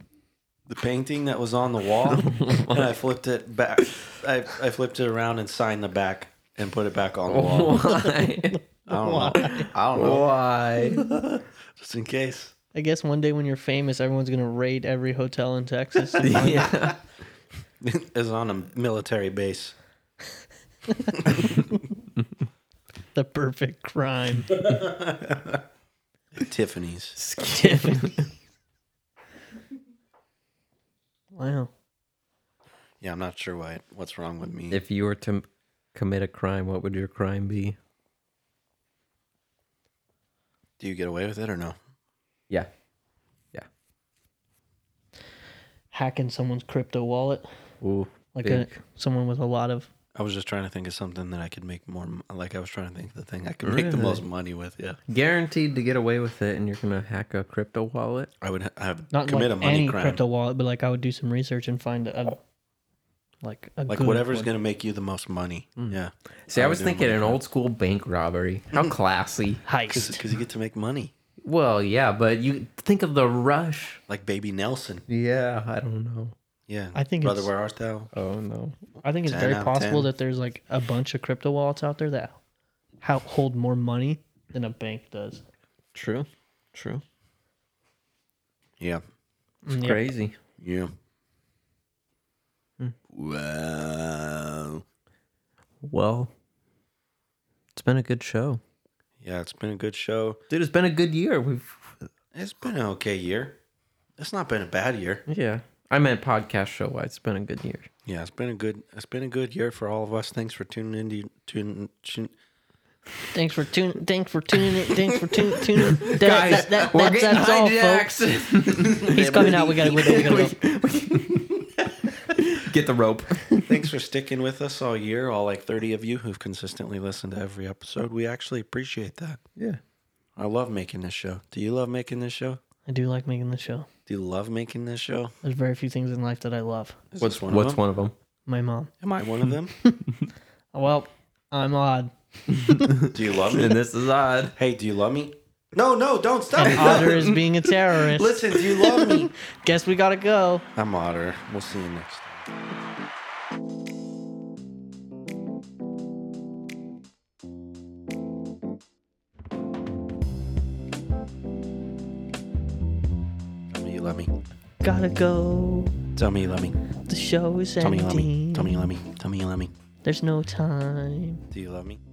S2: the painting that was on the wall and I flipped it back. I, I flipped it around and signed the back and put it back on the wall.
S1: Why?
S2: I don't know. I don't know.
S1: Why?
S2: Just in case.
S3: I guess one day when you're famous, everyone's gonna raid every hotel in Texas.
S1: yeah.
S2: It's on a military base.
S3: the perfect crime.
S2: Tiffany's.
S3: Tiffany. wow.
S2: Yeah, I'm not sure why. What's wrong with me?
S1: If you were to m- commit a crime, what would your crime be?
S2: Do you get away with it or no?
S1: Yeah. Yeah.
S3: Hacking someone's crypto wallet,
S1: Ooh.
S3: like
S1: big.
S3: a, someone with a lot of.
S2: I was just trying to think of something that I could make more. m- Like I was trying to think of the thing I could make the most money with. Yeah,
S1: guaranteed to get away with it, and you're gonna hack a crypto wallet.
S2: I would ha- have
S3: Not
S2: commit
S3: like
S2: a money
S3: any
S2: crime.
S3: crypto wallet, but like I would do some research and find a, like a
S2: like
S3: good
S2: whatever's
S3: one.
S2: gonna make you the most money. Yeah.
S1: Mm. See, I, was
S2: would do a
S1: thinking
S2: money
S1: an
S2: crime.
S1: old school bank robbery. How classy.
S3: heist.
S2: because you get to make money.
S1: well, yeah, but you think of the rush.
S2: Like Baby Nelson.
S1: Yeah, I don't know.
S2: Yeah.
S3: I think
S2: Brother,
S3: it's-
S2: where art thou?
S1: Oh no.
S3: I think it's
S2: 10
S3: very
S2: out of
S3: possible
S2: 10.
S3: that there's like a bunch of crypto wallets out there that ho- hold more money than a bank does.
S1: True. True.
S2: Yeah.
S1: It's
S3: Yep.
S1: crazy.
S2: Yeah.
S3: Hmm.
S2: Wow.
S1: Well, it's been a good show,
S2: Yeah, it's been a good show.
S1: dude. It's been a good year. We've
S2: It's been an okay year. It's not been a bad year.
S3: Hmm.
S1: yeah. I meant podcast show wise. It's been a good year.
S2: Yeah, it's been a good it's been a good year for all of us. Thanks for tuning in to tune, tune
S3: Thanks for tuning. Thanks for tuning. in. Thanks for tuning. tuning. That, that, that,
S1: we're
S3: that,
S1: getting
S3: that's all, folks.
S1: hijacked.
S3: He's coming out. We gotta, we gotta, we gotta go.
S1: Get the rope.
S2: Thanks for sticking with us all year, all like 30 of you who've consistently listened to every episode. We actually appreciate that.
S1: Yeah.
S2: I love making this show. Do you love making this show?
S3: I do like making this show.
S2: Do you love making this show?
S3: There's very few things in life that I love.
S2: Is
S1: What's
S2: this
S1: one?
S2: one
S1: What's
S2: of them?
S1: one of them?
S3: My mom.
S2: Am I one of them?
S3: Well, I'm odd.
S2: Do you love
S1: And
S2: me?
S1: this is odd.
S2: hey, do you love me? No, no, don't stop.
S3: And Otter is being a terrorist.
S2: Listen, do you love me?
S3: Guess we gotta go.
S2: I'm Otter. We'll see you next time. Tell me you love me.
S3: Gotta go.
S2: Tell me you love me.
S3: The show is
S2: Tell me you love me.
S3: ending.
S2: Tell me you love me. Tell me you love me.
S3: There's no time.
S2: Do you love me?